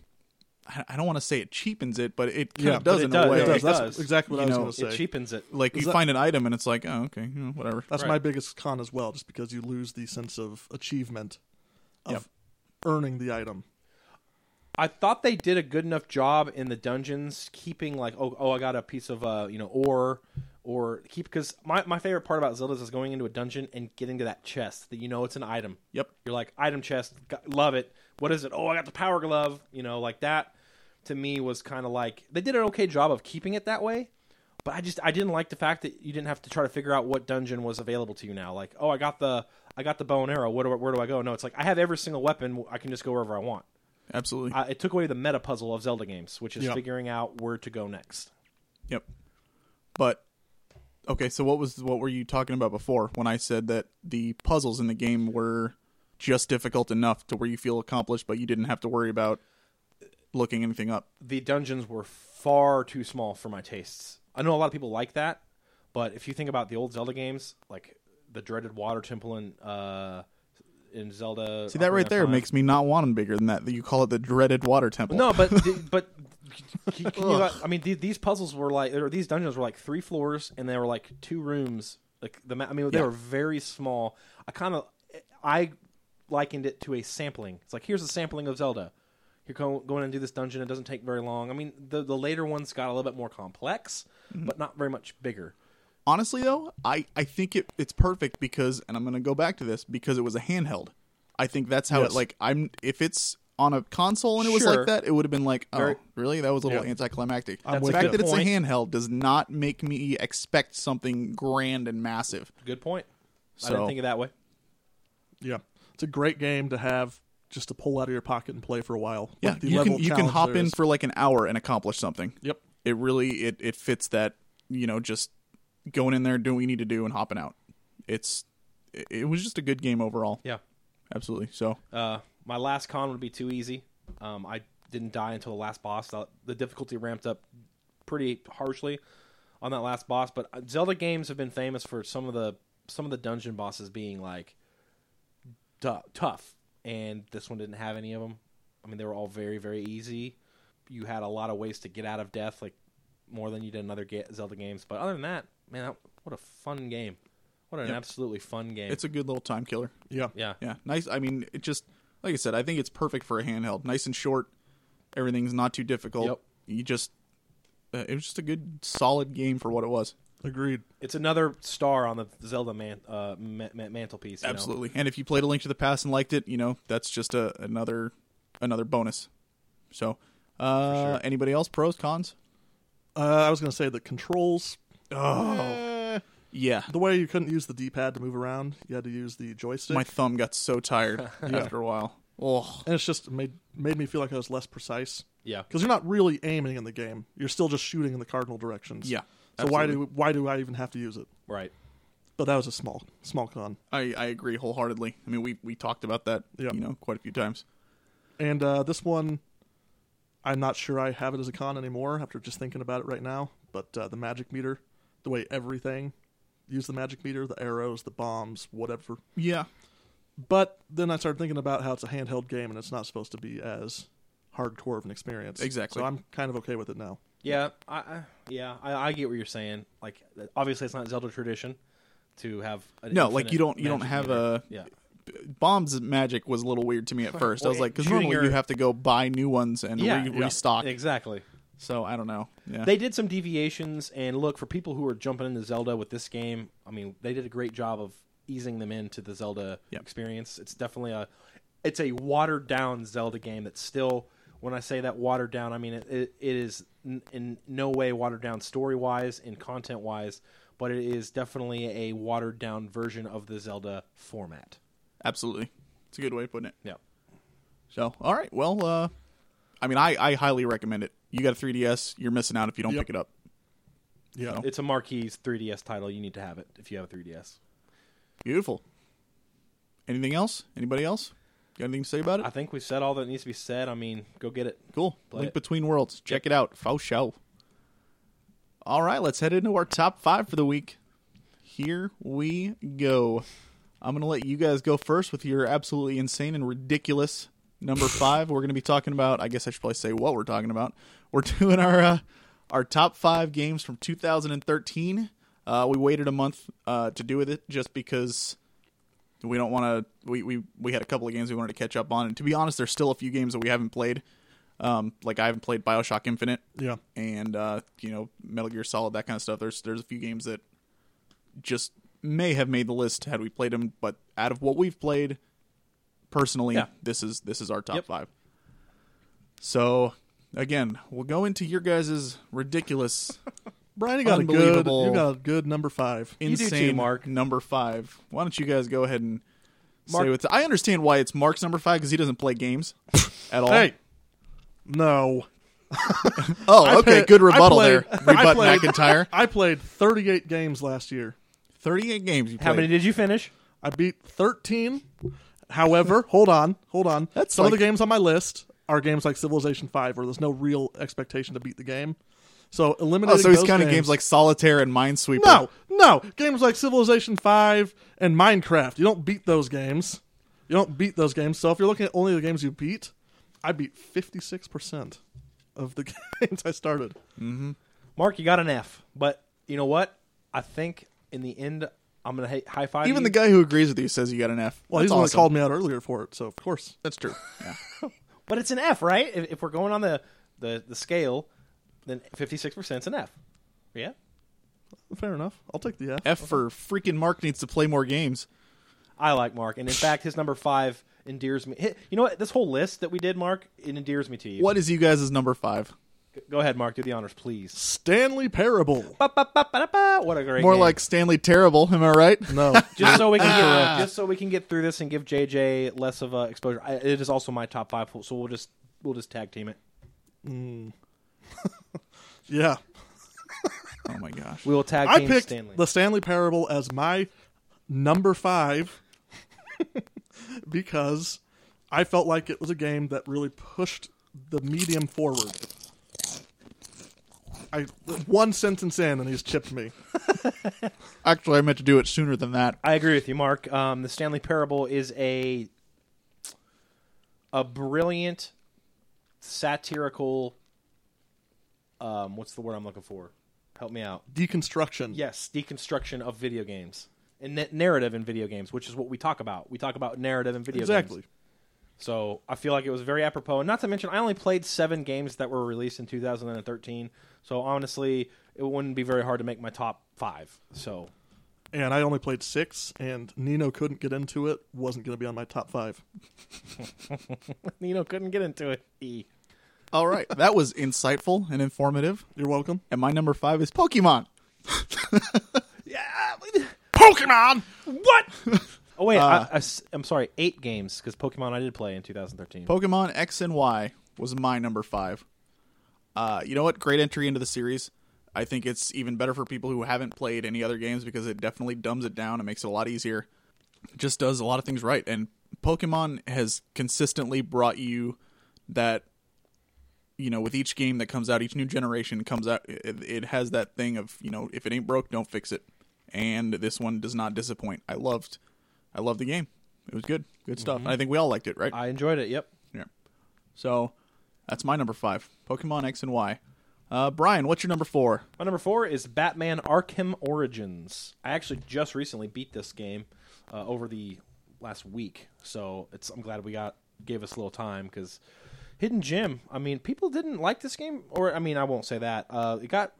S2: I, I don't want to say it cheapens it, but it kind
S3: Yeah,
S2: of
S3: but
S2: does
S1: it
S2: in
S1: does,
S2: a way.
S1: it does.
S3: That's exactly what
S2: You
S3: I
S2: know,
S3: was going
S1: it
S3: to say.
S1: cheapens it.
S2: Like you
S3: that-
S2: find an item and it's like, oh okay, you know, whatever.
S3: That's
S1: Right.
S3: my biggest con as well, just because you lose the sense of achievement of earning the item.
S1: I thought they did a good enough job in the dungeons keeping like oh oh I got a piece of uh you know ore or keep because my, my favorite part about Zelda is going into a dungeon and getting to that chest that you know it's an item.
S2: Yep.
S1: You're like item chest, got, love it. What is it? Oh, I got the power glove. You know, like that. To me was kind of like they did an okay job of keeping it that way, but I just I didn't like the fact that you didn't have to try to figure out what dungeon was available to you now. Like oh I got the I got the bow and arrow. Where do I, where do I go? No, it's like I have every single weapon. I can just go wherever I want.
S2: Absolutely.
S1: I, it took away the meta puzzle of Zelda games, which is
S2: Yeah.
S1: figuring out where to go next.
S2: Yep. But okay, so what was what were you talking about before when I said that the puzzles in the game were just difficult enough to where you feel accomplished, but you didn't have to worry about looking anything up?
S1: The dungeons were far too small for my tastes. I know a lot of people like that, but if you think about the old Zelda games, like the dreaded Water Temple in uh, in Zelda,
S2: See that right there makes me not want them bigger than that. That you call it the dreaded water temple.
S1: no, but but can, can you, I mean the- these puzzles were like or these dungeons were like three floors and they were like two rooms. Like the ma- I mean they
S2: Yeah.
S1: were very small. I kind of I likened it to a sampling. It's like here's a sampling of Zelda. You're go, going and do this dungeon. It doesn't take very long. I mean the the later ones got a little bit more complex, but not very much bigger.
S2: honestly though, I I think it it's perfect because, and I'm gonna go back to this because it was a handheld. I think that's how
S3: Yes.
S2: it like I'm if it's on a console and it was
S1: Sure.
S2: like that, it would have been like, oh,
S1: Very-
S2: really? That was a little
S3: Yeah.
S2: anticlimactic.
S3: I'm
S2: the
S3: with
S2: fact
S3: you.
S2: that it's
S1: Point.
S2: a handheld does not make me expect something grand and massive.
S1: Good point. I
S2: So-
S1: didn't think of that way.
S3: Yeah, it's a great game to have just to pull out of your pocket and play for a while.
S2: Yeah,
S3: Like the
S2: you
S3: level
S2: can
S3: of
S2: you can
S3: challenge
S2: hop
S3: there
S2: in
S3: is-
S2: for like an hour and accomplish something.
S3: Yep.
S2: It really it it fits that you know just going in there doing what you need to do and hopping out. It's it, it was just a good game overall.
S1: Yeah.
S2: Absolutely. So
S1: Uh, my last con would be too easy. Um, I didn't die until the last boss. Uh, The difficulty ramped up pretty harshly on that last boss. But uh, Zelda games have been famous for some of the some of the dungeon bosses being like tou- tough, and this one didn't have any of them. I mean, they were all very very easy. You had a lot of ways to get out of death, like more than you did in other ga- Zelda games. But other than that, man, that, what a fun game! What an absolutely fun game!
S2: it's a good little time killer.
S3: Yeah,
S1: yeah.
S2: Yeah, nice. I mean, it just like I said, I think it's perfect for a handheld. Nice and short. Everything's not too difficult.
S1: Yep.
S2: You just uh, it was just a good solid game for what it was.
S3: agreed.
S1: it's another star on the Zelda man, uh, ma- ma- mantelpiece. you know?
S2: Absolutely. And if you played A Link to the Past and liked it, you know that's just a another another bonus. So, uh, anybody else? Pros, cons?
S3: Uh, I was going to say the controls.
S2: Oh, yeah.
S3: The way you couldn't use the D-pad to move around, you had to use the joystick,
S2: My thumb got so tired after a while. Oh,
S3: and it's just made made me feel like I was less precise
S1: Yeah.
S3: because you're not really aiming in the game. You're still just shooting in the cardinal directions.
S2: yeah.
S3: So why do why do I even have to use it?
S1: Right.
S3: But that was a small small con.
S2: I, I agree wholeheartedly. I mean, we we talked about that,
S3: Yeah.
S2: you know, quite a few times.
S3: And uh, this one, I'm not sure I have it as a con anymore after just thinking about it right now. But uh, the magic meter, the way everything used the magic meter, the arrows, the bombs, whatever.
S2: Yeah,
S3: But then I started thinking about how it's a handheld game and it's not supposed to be as hardcore of an experience.
S2: Exactly.
S3: So I'm kind of okay with it now.
S1: Yeah. I, I yeah. I, I get what you're saying. Like, obviously, it's not Zelda tradition to have an
S2: No, like,
S1: infinite
S2: you don't- you don't
S1: magic
S2: have
S1: meter.
S2: a-
S1: yeah.
S2: Bomb's magic was a little weird to me at first. I was
S1: Well,
S2: like, because
S1: shooting
S2: normally
S1: your-
S2: you have to go buy new ones and
S1: Yeah,
S2: re-
S1: yeah.
S2: restock.
S1: Exactly.
S2: So I don't know. Yeah,
S1: They did some deviations, and look for people who are jumping into Zelda with this game. I mean, they did a great job of easing them into the Zelda
S2: Yep.
S1: experience. It's definitely a, it's a watered down Zelda game that's still. When I say that watered down, I mean it, it, it is n- in no way watered down story wise and content wise, but it is definitely a watered down version of the Zelda format.
S2: absolutely. It's a good way of putting it.
S1: Yeah,
S2: So all right, well, uh, I mean, I I highly recommend it. You got a 3ds, you're missing out if you don't
S3: Yep.
S2: pick it up.
S3: Yeah.
S1: it's a marquee's 3DS title. You need to have it if you have a 3DS.
S2: Beautiful. Anything else? Anybody else? Got anything to say about it?
S1: I think we said all that needs to be said. I mean, go get it.
S2: Cool.
S1: Play
S2: Link
S1: it.
S2: Between Worlds. Check it out. Faux show. All right, let's head into our top five for the week. Here we go. I'm going to let you guys go first with your absolutely insane and ridiculous number five. We're going to be talking about, I guess I should probably say what we're talking about. We're doing our uh, our top five games from 2013. Uh, we waited a month uh, to do with it just because we don't want to. We, we we had a couple of games we wanted to catch up on, and to be honest, there's still a few games that we haven't played. Um, like I haven't played Bioshock Infinite
S3: Yeah.
S2: and uh, you know Metal Gear Solid, that kind of stuff. There's there's a few games that just may have made the list had we played them, but out of what we've played, personally,
S1: Yeah.
S2: this is this is our top
S1: Yep.
S2: five. So again, we'll go into your guys' ridiculous,
S3: Brian, you got a good.
S2: Unbelievable.
S3: You got a good number five.
S1: You do too,
S2: insane
S1: Mark.
S2: number five. Why don't you guys go ahead and
S1: Mark-
S2: say what's? I understand why it's Mark's number five because he doesn't play games at all.
S3: Hey, no.
S2: oh, okay,
S3: play-
S2: good
S3: I
S2: rebuttal
S3: played-
S2: there,
S3: I
S2: rebut
S3: played-
S2: McIntyre.
S3: I played 38 games last year.
S2: Thirty-eight games. You
S1: How
S2: played.
S1: many did you finish?
S3: I beat 13. However, hold on, hold on.
S2: That's
S3: Some of
S2: like-
S3: the games on my list are games like Civilization 5 where there's no real expectation to beat the game. So
S2: Oh,
S3: eliminating
S2: so he's
S3: those
S2: counting games like Solitaire and Minesweeper.
S3: No, no. Games like Civilization 5 and Minecraft. You don't beat those games. You don't beat those games. So if you're looking at only the games you beat, I beat 56% of the games I started.
S1: Mark, you got an F, but you know what? I think in the end, I'm gonna hi- high five.
S2: even
S1: you.
S2: the guy who agrees with you says you got an F.
S3: Well,
S2: That's
S3: he's the one that
S2: awesome.
S3: called me out earlier for it, so of course.
S2: That's true. Yeah.
S1: but it's an F, right? If, if we're going on the the, the scale, then 56 percent is an F. Yeah,
S3: Fair enough. I'll take the F.
S2: F for freaking Mark needs to play more games.
S1: I like Mark, and in fact, his number five endears me. hi- You know what? This whole list that we did, Mark, it endears me to you.
S2: What is you guys' number five?
S1: Go ahead, Mark. Do the honors, please.
S3: Stanley Parable.
S1: Ba, ba, ba, ba, da, ba. What a great
S2: More
S1: game.
S2: like Stanley Terrible. Am I right?
S3: No.
S1: just so we can get, just so we can get through this and give JJ less of a exposure. I, it is also my top five, so we'll just we'll just tag team it.
S3: yeah.
S2: Oh my gosh.
S1: We will tag
S3: I
S1: team
S3: picked
S1: Stanley.
S3: the Stanley Parable as my number five because I felt like it was a game that really pushed the medium forward. I one sentence in and he's chipped me.
S2: Actually, I meant to do it sooner than that.
S1: I agree with you, Mark. Um, the Stanley Parable is a a brilliant satirical. Um, what's the word I'm looking for? Help me out.
S3: Deconstruction.
S1: Yes, deconstruction of video games and na- narrative in video games, which is what we talk about. We talk about narrative in video games.
S3: exactly.
S1: So I feel like it was very apropos. And not to mention, I only played seven games that were released in 2013. So honestly, it wouldn't be very hard to make my top five. So
S3: And I only played six, and Nino couldn't get into it. wasn't going to be on my top five.
S1: you know, couldn't get into it. E.
S2: All right. That was insightful and informative.
S3: You're welcome.
S2: And my number five is Pokemon.
S3: Pokemon.
S1: What? Oh wait,
S2: Uh,
S1: I, am sorry. Eight games because Pokemon I did play in 2013.
S2: Pokemon X and Y was my number five. Uh, you know what? Great entry into the series. I think it's even better for people who haven't played any other games because it definitely dumbs it down and makes it a lot easier. It just does a lot of things right. And Pokemon has consistently brought you that, you know, with each game that comes out, each new generation comes out, it, it has that thing of, you know, if it ain't broke, don't fix it. And this one does not disappoint. I loved, I loved the game. It was good, good stuff. And I think we all liked it, right?
S1: I enjoyed it. Yep.
S2: Yeah. So that's my number five Pokemon X and Y. Uh, Brian, what's your number four?
S1: My number four is Batman Arkham Origins. I actually just recently beat this game uh, over the last week, so it's I'm glad we got gave us a little time because Hidden Gem. I mean, people didn't like this game, or I mean, I won't say that. Uh, it got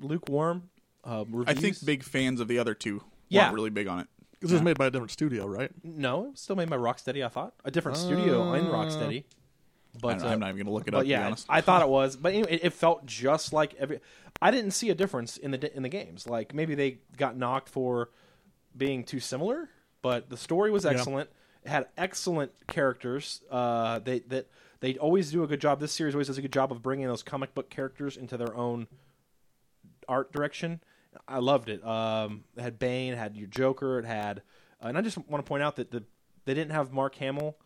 S1: lukewarm uh, reviews.
S2: I think big fans of the other two
S1: Yeah.
S2: weren't really big on it.
S3: This was made by a different studio, right?
S1: no, it still made my Rocksteady. I thought a different studio in Rocksteady,
S2: Uh, I
S1: but
S2: don't know, I'm
S1: uh,
S2: not even going to look it
S1: but
S2: up, to be
S1: yeah,
S2: honest.
S1: I thought it was. But anyway, it, it felt just like every. I didn't see a difference in the di- in the games. Like maybe they got knocked for being too similar, but the story was excellent. It had excellent characters. Uh, they that they always do a good job. This series always does a good job of bringing those comic book characters into their own art direction. I loved it. Um, it had Bane, it had your Joker, it had, uh, and I just want to point out that the they didn't have Mark Hamill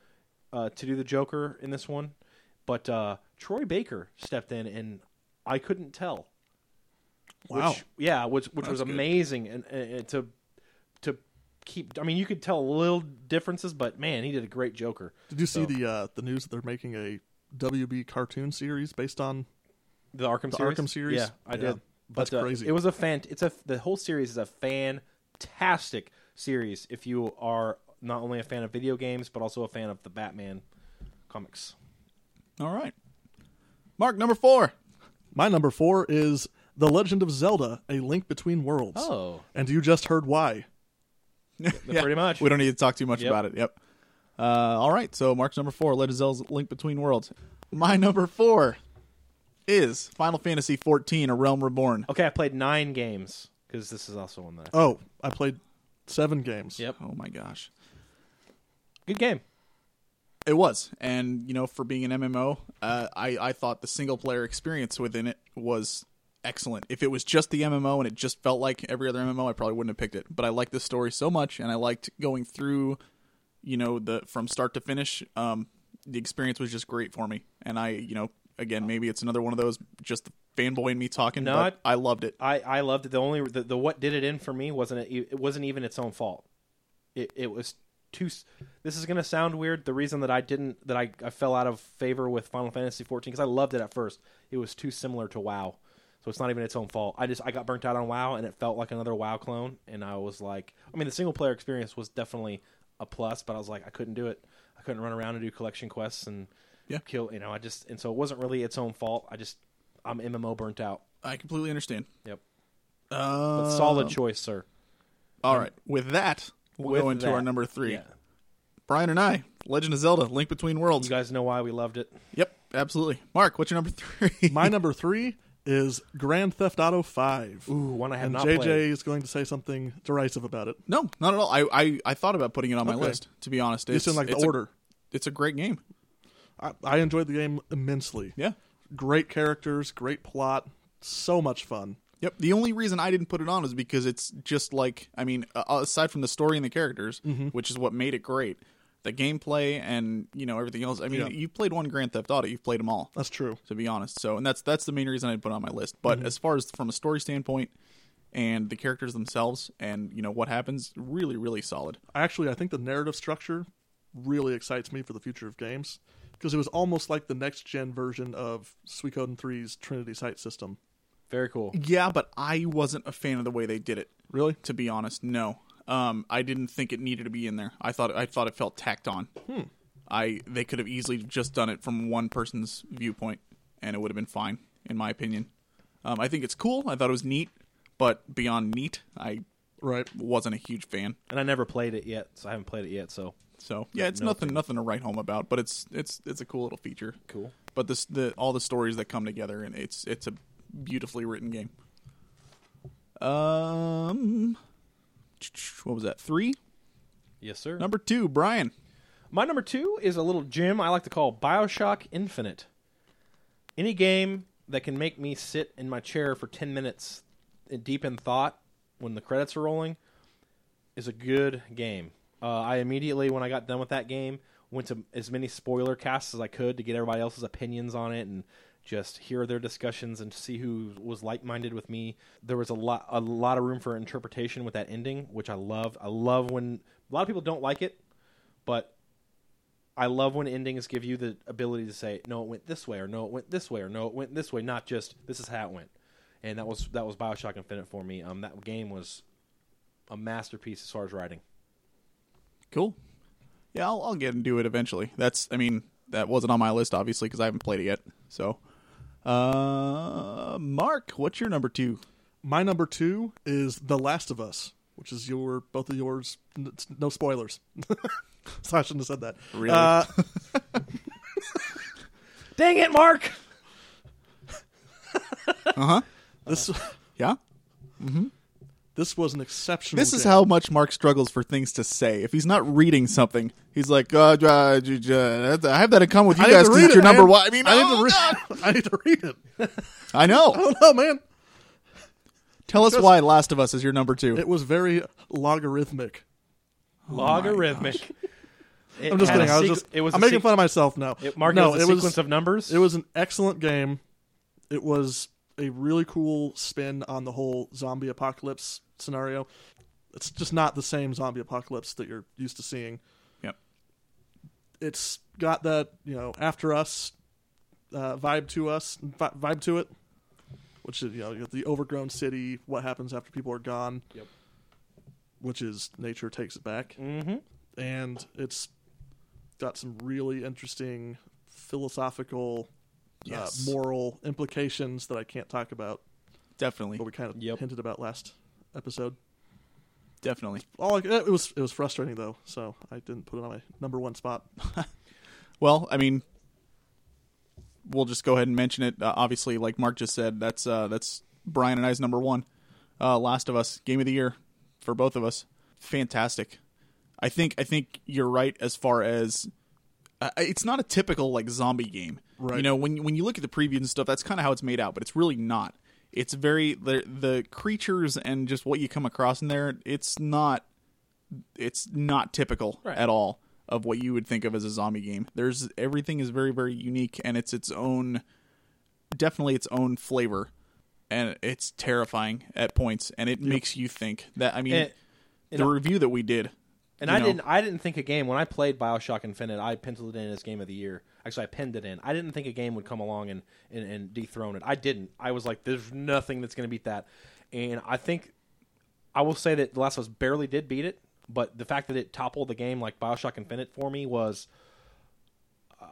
S1: uh, to do the Joker in this one, but uh, Troy Baker stepped in, and I couldn't tell.
S3: Wow.
S1: Which, yeah, which which was amazing, and, and, and to to keep. I mean, you could tell little differences, but man, he did a great Joker.
S3: Did you see the uh, the news that they're making a WB cartoon series based on?
S1: The Arkham
S3: The
S1: series.
S3: Arkham series?
S1: Yeah, I
S3: Yeah.
S1: did. But uh,
S3: That's crazy.
S1: It was a fan. It's a the whole series is a fantastic series. If you are not only a fan of video games but also a fan of the Batman comics.
S2: All right. Mark number four.
S3: My number four is The Legend of Zelda: A Link Between Worlds.
S1: Oh,
S3: And you just heard why.
S2: yeah,
S1: pretty much.
S2: We don't need to talk too much
S1: Yep.
S2: about it. Yep. Uh, all right. So Mark's number four, Let Zel's Link Between Worlds. My number four is Final Fantasy XIV: A Realm Reborn.
S1: okay. I played nine games because this is also on there.
S3: Oh, I played seven games.
S1: Yep,
S2: Oh my gosh,
S1: good game.
S2: it was. And you know, for being an MMO, uh, I I thought the single player experience within it was excellent. If it was just the MMO and it just felt like every other MMO, I probably wouldn't have picked it. But I liked this story so much, and I liked going through you know the from start to finish um the experience was just great for me and i you know again maybe it's another one of those just the fanboy in me talking
S1: No,
S2: but i loved it
S1: I, I loved it. The only the, the what did it in for me wasn't it, it wasn't even its own fault. It it was too. s- This is gonna sound weird. The reason that I didn't that I, I fell out of favor with Final Fantasy 14 because I loved it at first. It was too similar to WoW, so it's not even its own fault. I just I got burnt out on WoW and it felt like another WoW clone. And I was like, I mean, the single player experience was definitely a plus, but I was like, I couldn't do it. I couldn't run around and do collection quests and
S2: Yeah.
S1: kill. You know, I just and so it wasn't really its own fault. I just I'm MMO burnt out.
S2: i completely understand
S1: Yep.
S2: uh,
S1: But solid choice, sir.
S2: all right with that we'll go
S1: With
S2: into
S1: that,
S2: our number three
S1: Yeah.
S2: brian and i legend of zelda link between worlds
S1: You guys know why we loved it.
S2: yep absolutely mark what's your number three
S3: My number three is Grand Theft Auto Five.
S1: Ooh, one I have
S3: and
S1: not
S3: JJ
S1: played.
S3: is going to say something derisive about it.
S2: no not at all I, I i thought about putting it on my
S3: Okay.
S2: list to be honest it's
S3: It's in like the
S2: it's a-
S3: order.
S2: it's a great game
S3: I, I enjoyed the game immensely.
S2: yeah
S3: Great characters, great plot, so much fun.
S2: Yep. The only reason I didn't put it on is because it's just like I mean, uh, aside from the story and the characters,
S3: Mm-hmm.
S2: which is what made it great, the gameplay and you know everything else. I mean,
S3: Yeah.
S2: you've played one Grand Theft Auto, you've played them all,
S3: That's true.
S2: to be honest. So, and that's that's the main reason I didn't put it on my list.
S3: Mm-hmm.
S2: But as far as from a story standpoint and the characters themselves and you know what happens, really, really solid.
S3: Actually, I think the narrative structure really excites me for the future of games because it was almost like the next gen version of Suikoden 3's Trinity Sight system.
S1: Very cool.
S2: Yeah, but I wasn't a fan of the way they did it.
S3: Really?
S2: To be honest, no. Um, I didn't think it needed to be in there. I thought I thought it felt tacked on.
S3: Hmm.
S2: I they could have easily just done it from one person's viewpoint, and it would have been fine, in my opinion. Um, I think it's cool. I thought it was neat, but beyond neat, I
S3: Right.
S2: wasn't a huge fan.
S1: And I never played it yet, so I haven't played it yet, so
S2: So yeah, it's
S1: No
S2: nothing nothing to write home about, but it's it's it's a cool little feature.
S1: cool.
S2: But this the all the stories that come together and it's it's a beautifully written game. Um what was that? 3?
S1: Yes, sir.
S2: Number 2, Brian.
S1: My number two is a little gym I like to call Bioshock Infinite. Any game that can make me sit in my chair for 10 minutes in- deep in thought when the credits are rolling is a good game. Uh, I immediately, when I got done with that game, went to as many spoiler casts as I could to get everybody else's opinions on it and just hear their discussions and see who was like-minded with me. There was a lot, a lot of room for interpretation with that ending, which I loved. I love when a lot of people don't like it, but I love when endings give you the ability to say no, it went this way, or no, it went this way, or no, it went this way. Not just this is how it went, and that was that was Bioshock Infinite for me. Um, that game was a masterpiece as far as writing.
S2: Cool. Yeah, I'll, I'll get into it eventually. That's I mean, that wasn't on my list obviously cuz I haven't played it yet. So uh Mark, what's your number 2?
S3: My number two is The Last of Us, which is your both of yours. n- it's No spoilers. so I shouldn't have said that.
S2: Really?
S3: Uh,
S1: Dang it, Mark!
S2: Uh-huh.
S3: this
S2: Yeah.
S3: this was an exceptional.
S2: This is
S3: game.
S2: how much Mark struggles for things to say. If he's not reading something, he's like, uh, uh, j- j- uh, I have that in common with you
S3: I need
S2: guys
S3: to
S2: because
S3: read
S2: it's
S3: it,
S2: your number
S3: man.
S2: one. I mean,
S3: I need,
S2: oh, God.
S3: to read, I need to read it.
S2: I
S3: I
S2: know.
S3: don't know, man.
S2: Tell us why Last of Us is your number two.
S3: It was very logarithmic.
S1: Logarithmic. It
S3: I'm just
S1: had a
S3: kidding. I was
S1: sequ-
S3: just.
S1: it was
S3: I'm
S1: a
S3: making
S1: sequ-
S3: fun of myself now.
S1: It, Mark,
S3: no,
S1: it was a sequence of numbers.
S3: It was an excellent game. It was a really cool spin on the whole zombie apocalypse scenario. It's just not the same zombie apocalypse that you're used to seeing.
S2: Yep.
S3: It's got that you know after us uh, vibe to us vi- vibe to it, which is you know you got the overgrown city. What happens after people are gone?
S1: Yep.
S3: Which is nature takes it back.
S1: Mm-hmm.
S3: and it's got some really interesting philosophical,
S2: Yes.
S3: uh, moral implications that I can't talk about,
S2: Definitely,
S3: but we kind of
S1: Yep.
S3: hinted about last episode.
S2: definitely.
S3: All I, it was it was frustrating though, so I didn't put it on my number one spot.
S2: Well, I mean, we'll just go ahead and mention it. Uh, obviously, like Mark just said, that's uh, that's Brian and I's number one. Uh, Last of Us game of the year for both of us. Fantastic. I think I think you're right as far as uh, it's not a typical like zombie game. You
S3: Right.
S2: know, when when you look at the previews and stuff, that's kind of how it's made out, but it's really not. It's very the the creatures and just what you come across in there. It's not it's not typical
S1: Right.
S2: at all of what you would think of as a zombie game. There's everything is very very unique and it's its own definitely its own flavor and it's terrifying at points and it makes you think that I mean
S1: And-
S2: the
S1: and I-
S2: review that we did
S1: And
S2: you
S1: I
S2: know,
S1: didn't. I didn't think a game when I played Bioshock Infinite. I penciled it in as game of the year. Actually, I pinned it in. I didn't think a game would come along and and, and dethrone it. I didn't. I was like, there's nothing that's going to beat that. And I think I will say that The Last of Us barely did beat it, but the fact that it toppled the game like Bioshock Infinite for me was uh,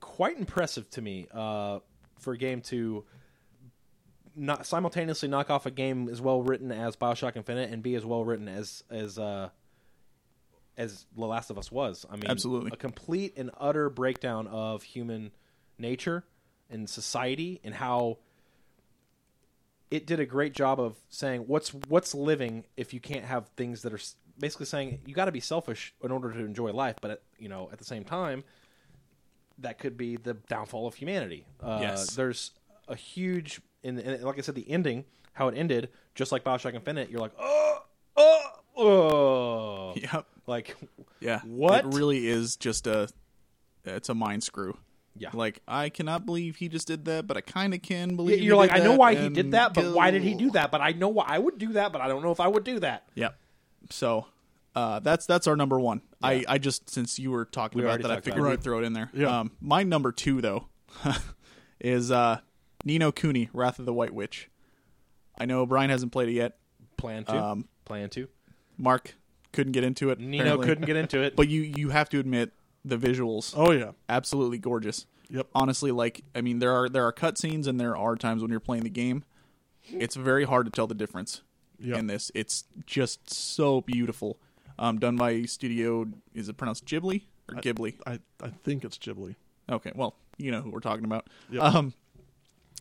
S1: quite impressive to me uh, for a game to not simultaneously knock off a game as well written as Bioshock Infinite and be as well written as as uh, as The Last of Us was. I mean,
S2: Absolutely.
S1: a complete and utter breakdown of human nature and society and how it did a great job of saying what's what's living if you can't have things that are s- basically saying you got to be selfish in order to enjoy life but at, you know at the same time that could be the downfall of humanity uh,
S2: Yes.
S1: there's a huge and, and like i said the ending how it ended just like bioshock infinite you're like oh oh oh
S2: Yep.
S1: like
S2: Yeah.
S1: What?
S2: It really is just a it's a mind screw.
S1: Yeah.
S2: Like I cannot believe he just did that, but I kind of can believe. he
S1: you're like
S2: did
S1: i know
S2: that,
S1: why he
S2: and
S1: did that but why did he do
S2: go."
S1: that but i know why i would do that but i don't know if i would do that
S2: Yep. So uh, that's that's our number one. I, I just since you were talking
S1: We
S2: about
S1: already
S2: that, I
S1: talked about
S2: figured
S1: it.
S2: we'd throw it in there.
S3: Yeah.
S2: Um, my number two though is uh, Nino Cooney, Wrath of the White Witch. I know Brian hasn't played it yet.
S1: plan to
S2: Um,
S1: plan to
S2: Mark couldn't get into it.
S1: nino
S2: apparently.
S1: couldn't get into it
S2: But you you have to admit the visuals
S3: Oh yeah,
S2: absolutely gorgeous.
S3: Yep.
S2: Honestly, like I mean, there are there are cutscenes and there are times when you're playing the game. It's very hard to tell the difference
S3: Yep.
S2: in this. It's just so beautiful. Um, done by studio is it pronounced Ghibli or Ghibli?
S3: I I think it's Ghibli.
S2: Okay, well, you know who we're talking about.
S3: Yep.
S2: Um,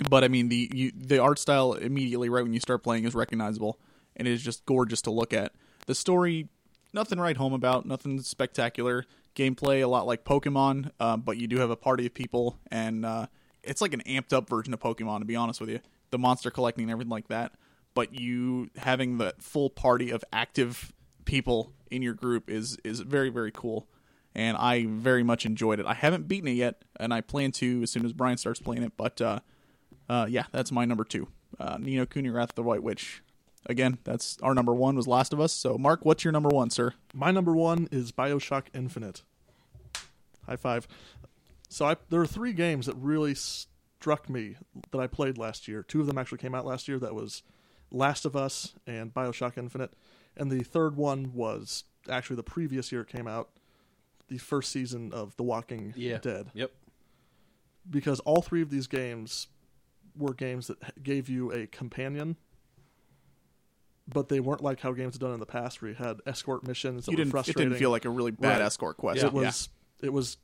S2: but I mean the you, the art style immediately right when you start playing is recognizable, and it is just gorgeous to look at. The story, nothing right home about, nothing spectacular. Gameplay a lot like Pokemon, uh, but you do have a party of people, and uh, it's like an amped up version of Pokemon. To be honest with you, the monster collecting and everything like that. But you having the full party of active people in your group is is very very cool and I very much enjoyed it. I haven't beaten it yet, and I plan to as soon as Brian starts playing it. But uh, uh, yeah, that's my number two. Uh, Nino Cooney, Wrath of the White Witch. Again, that's our number one was Last of Us. So Mark, what's your number one, sir?
S3: My number one is Bioshock Infinite. High five. So I, there are three games that really struck me that I played last year. Two of them actually came out last year. That was Last of Us and Bioshock Infinite, and the third one was actually the previous year it came out, the first season of The Walking
S1: yeah
S3: Dead.
S1: yep
S3: Because all three of these games were games that h- gave you a companion. But they weren't like how games have done in the past, where you had escort missions that
S2: You
S3: were
S2: didn't. It
S3: frustrating.
S2: didn't feel like a really bad
S3: Right.
S2: escort quest.
S3: It was it was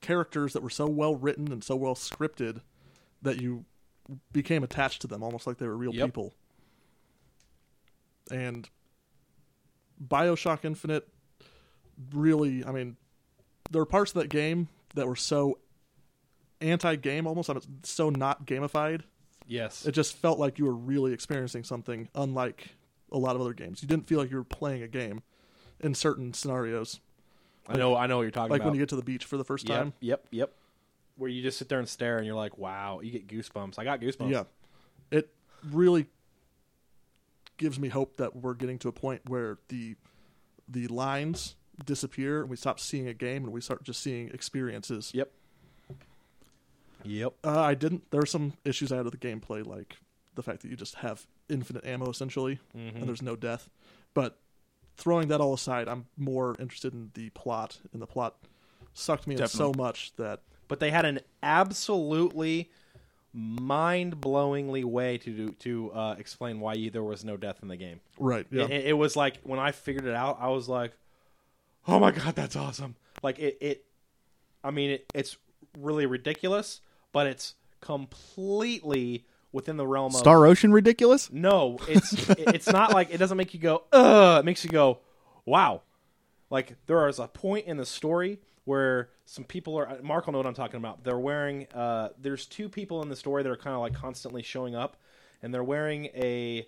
S3: characters that were so well written and so well scripted that you became attached to them almost like they were real
S1: Yep.
S3: people. And BioShock Infinite really, I mean, there are parts of that game that were so anti-game almost, I mean, so not gamified
S1: yes
S3: it just felt like you were really experiencing something unlike a lot of other games. You didn't feel like you were playing a game in certain scenarios,
S1: I know, I know what you're talking
S3: like
S1: about.
S3: when you get to the beach for the first
S1: yep,
S3: time.
S1: yep, yep. Where you just sit there and stare, and you're like, "Wow!" You get goosebumps. I got goosebumps.
S3: Yeah. It really gives me hope that we're getting to a point where the the lines disappear and we stop seeing a game and we start just seeing experiences.
S1: Yep. Yep.
S3: Uh, I didn't. There were some issues I had with the gameplay,
S1: Mm-hmm.
S3: like the fact that you just have infinite ammo essentially, and there's no death. But throwing that all aside, I'm more interested in the plot, and the plot sucked me in so
S2: Definitely.
S3: much that
S1: but they had an absolutely mind-blowingly way to do, to uh, explain why you, there was no death in the game.
S3: right, yeah,
S1: It, it- it was like when I figured it out, I was like, "Oh my god, that's awesome!" Like it, it I mean, it, it's really ridiculous, but it's completely within the
S3: um,
S1: realm of
S2: Star Ocean ridiculous?
S1: no, it's it- it's not like it doesn't make you go ugh. It makes you go wow. Like there is a point in the story where some people are Mark will know what I'm talking about. They're wearing uh, there's two people in the story that are kind of like constantly showing up, and they're wearing a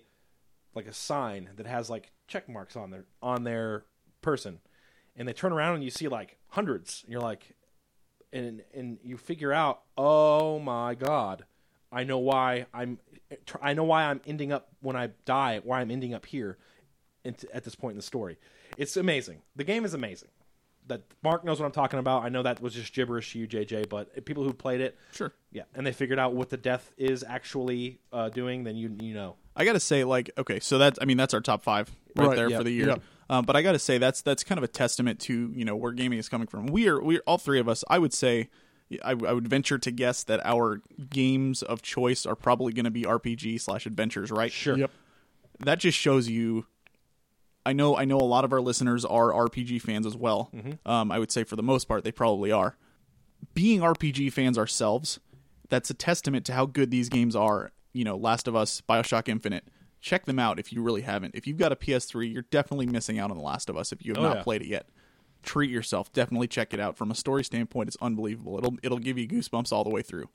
S1: like a sign that has like check marks on their on their person, and they turn around and you see like hundreds. And you're like, and and you figure out, oh my god, I know why I'm, I know why I'm ending up when I die, why I'm ending up here, in- at this point in the story. It's amazing. The game is amazing. That Mark knows what I'm talking about. I know that was just gibberish to you, JJ, but people who played it,
S2: Sure.
S1: yeah, and they figured out what the death is actually uh, doing, then you you know.
S2: I gotta say, like, okay, so that's I mean that's our top five right,
S3: Right,
S2: there
S1: yeah,
S2: for the year.
S3: yeah.
S2: Um, but I gotta say that's that's kind of a testament to you know where gaming is coming from. We are we are, all three of us. I would say I, I would venture to guess that our games of choice are probably going to be RPG slash adventures, right?
S1: Sure.
S3: yep,
S2: that just shows you I know I know a lot of our listeners are RPG fans as well.
S1: Mm-hmm.
S2: Um, I would say for the most part they probably are. Being RPG fans ourselves, that's a testament to how good these games are. You know, Last of Us, BioShock Infinite. Check them out if you really haven't. If you've got a PS3, you're definitely missing out on The Last of Us if you have
S1: Oh,
S2: not
S1: yeah.
S2: played it yet. Treat yourself. Definitely check it out. From a story standpoint, it's unbelievable. It'll it'll give you goosebumps all the way through.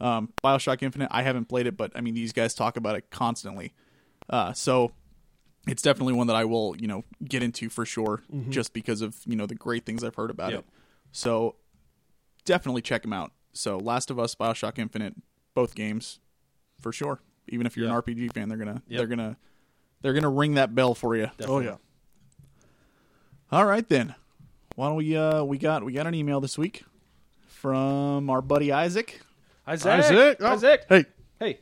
S2: Um, Bioshock Infinite, I haven't played it, but I mean these guys talk about it constantly. Uh, so it's definitely one that I will, you know, get into for sure, just because of you know the great things I've heard about
S1: Yeah.
S2: it. So definitely check them out. So Last of Us, Bioshock Infinite, both games for sure. Even if you're
S1: Yeah.
S2: an RPG fan, they're gonna
S1: Yep.
S2: they're gonna they're gonna ring that bell for you.
S3: oh yeah,
S2: All right then, why don't we? Uh, we got we got an email this week from our buddy Isaac.
S1: Isaac.
S3: Isaac, oh,
S1: Isaac.
S3: hey,
S1: Hey,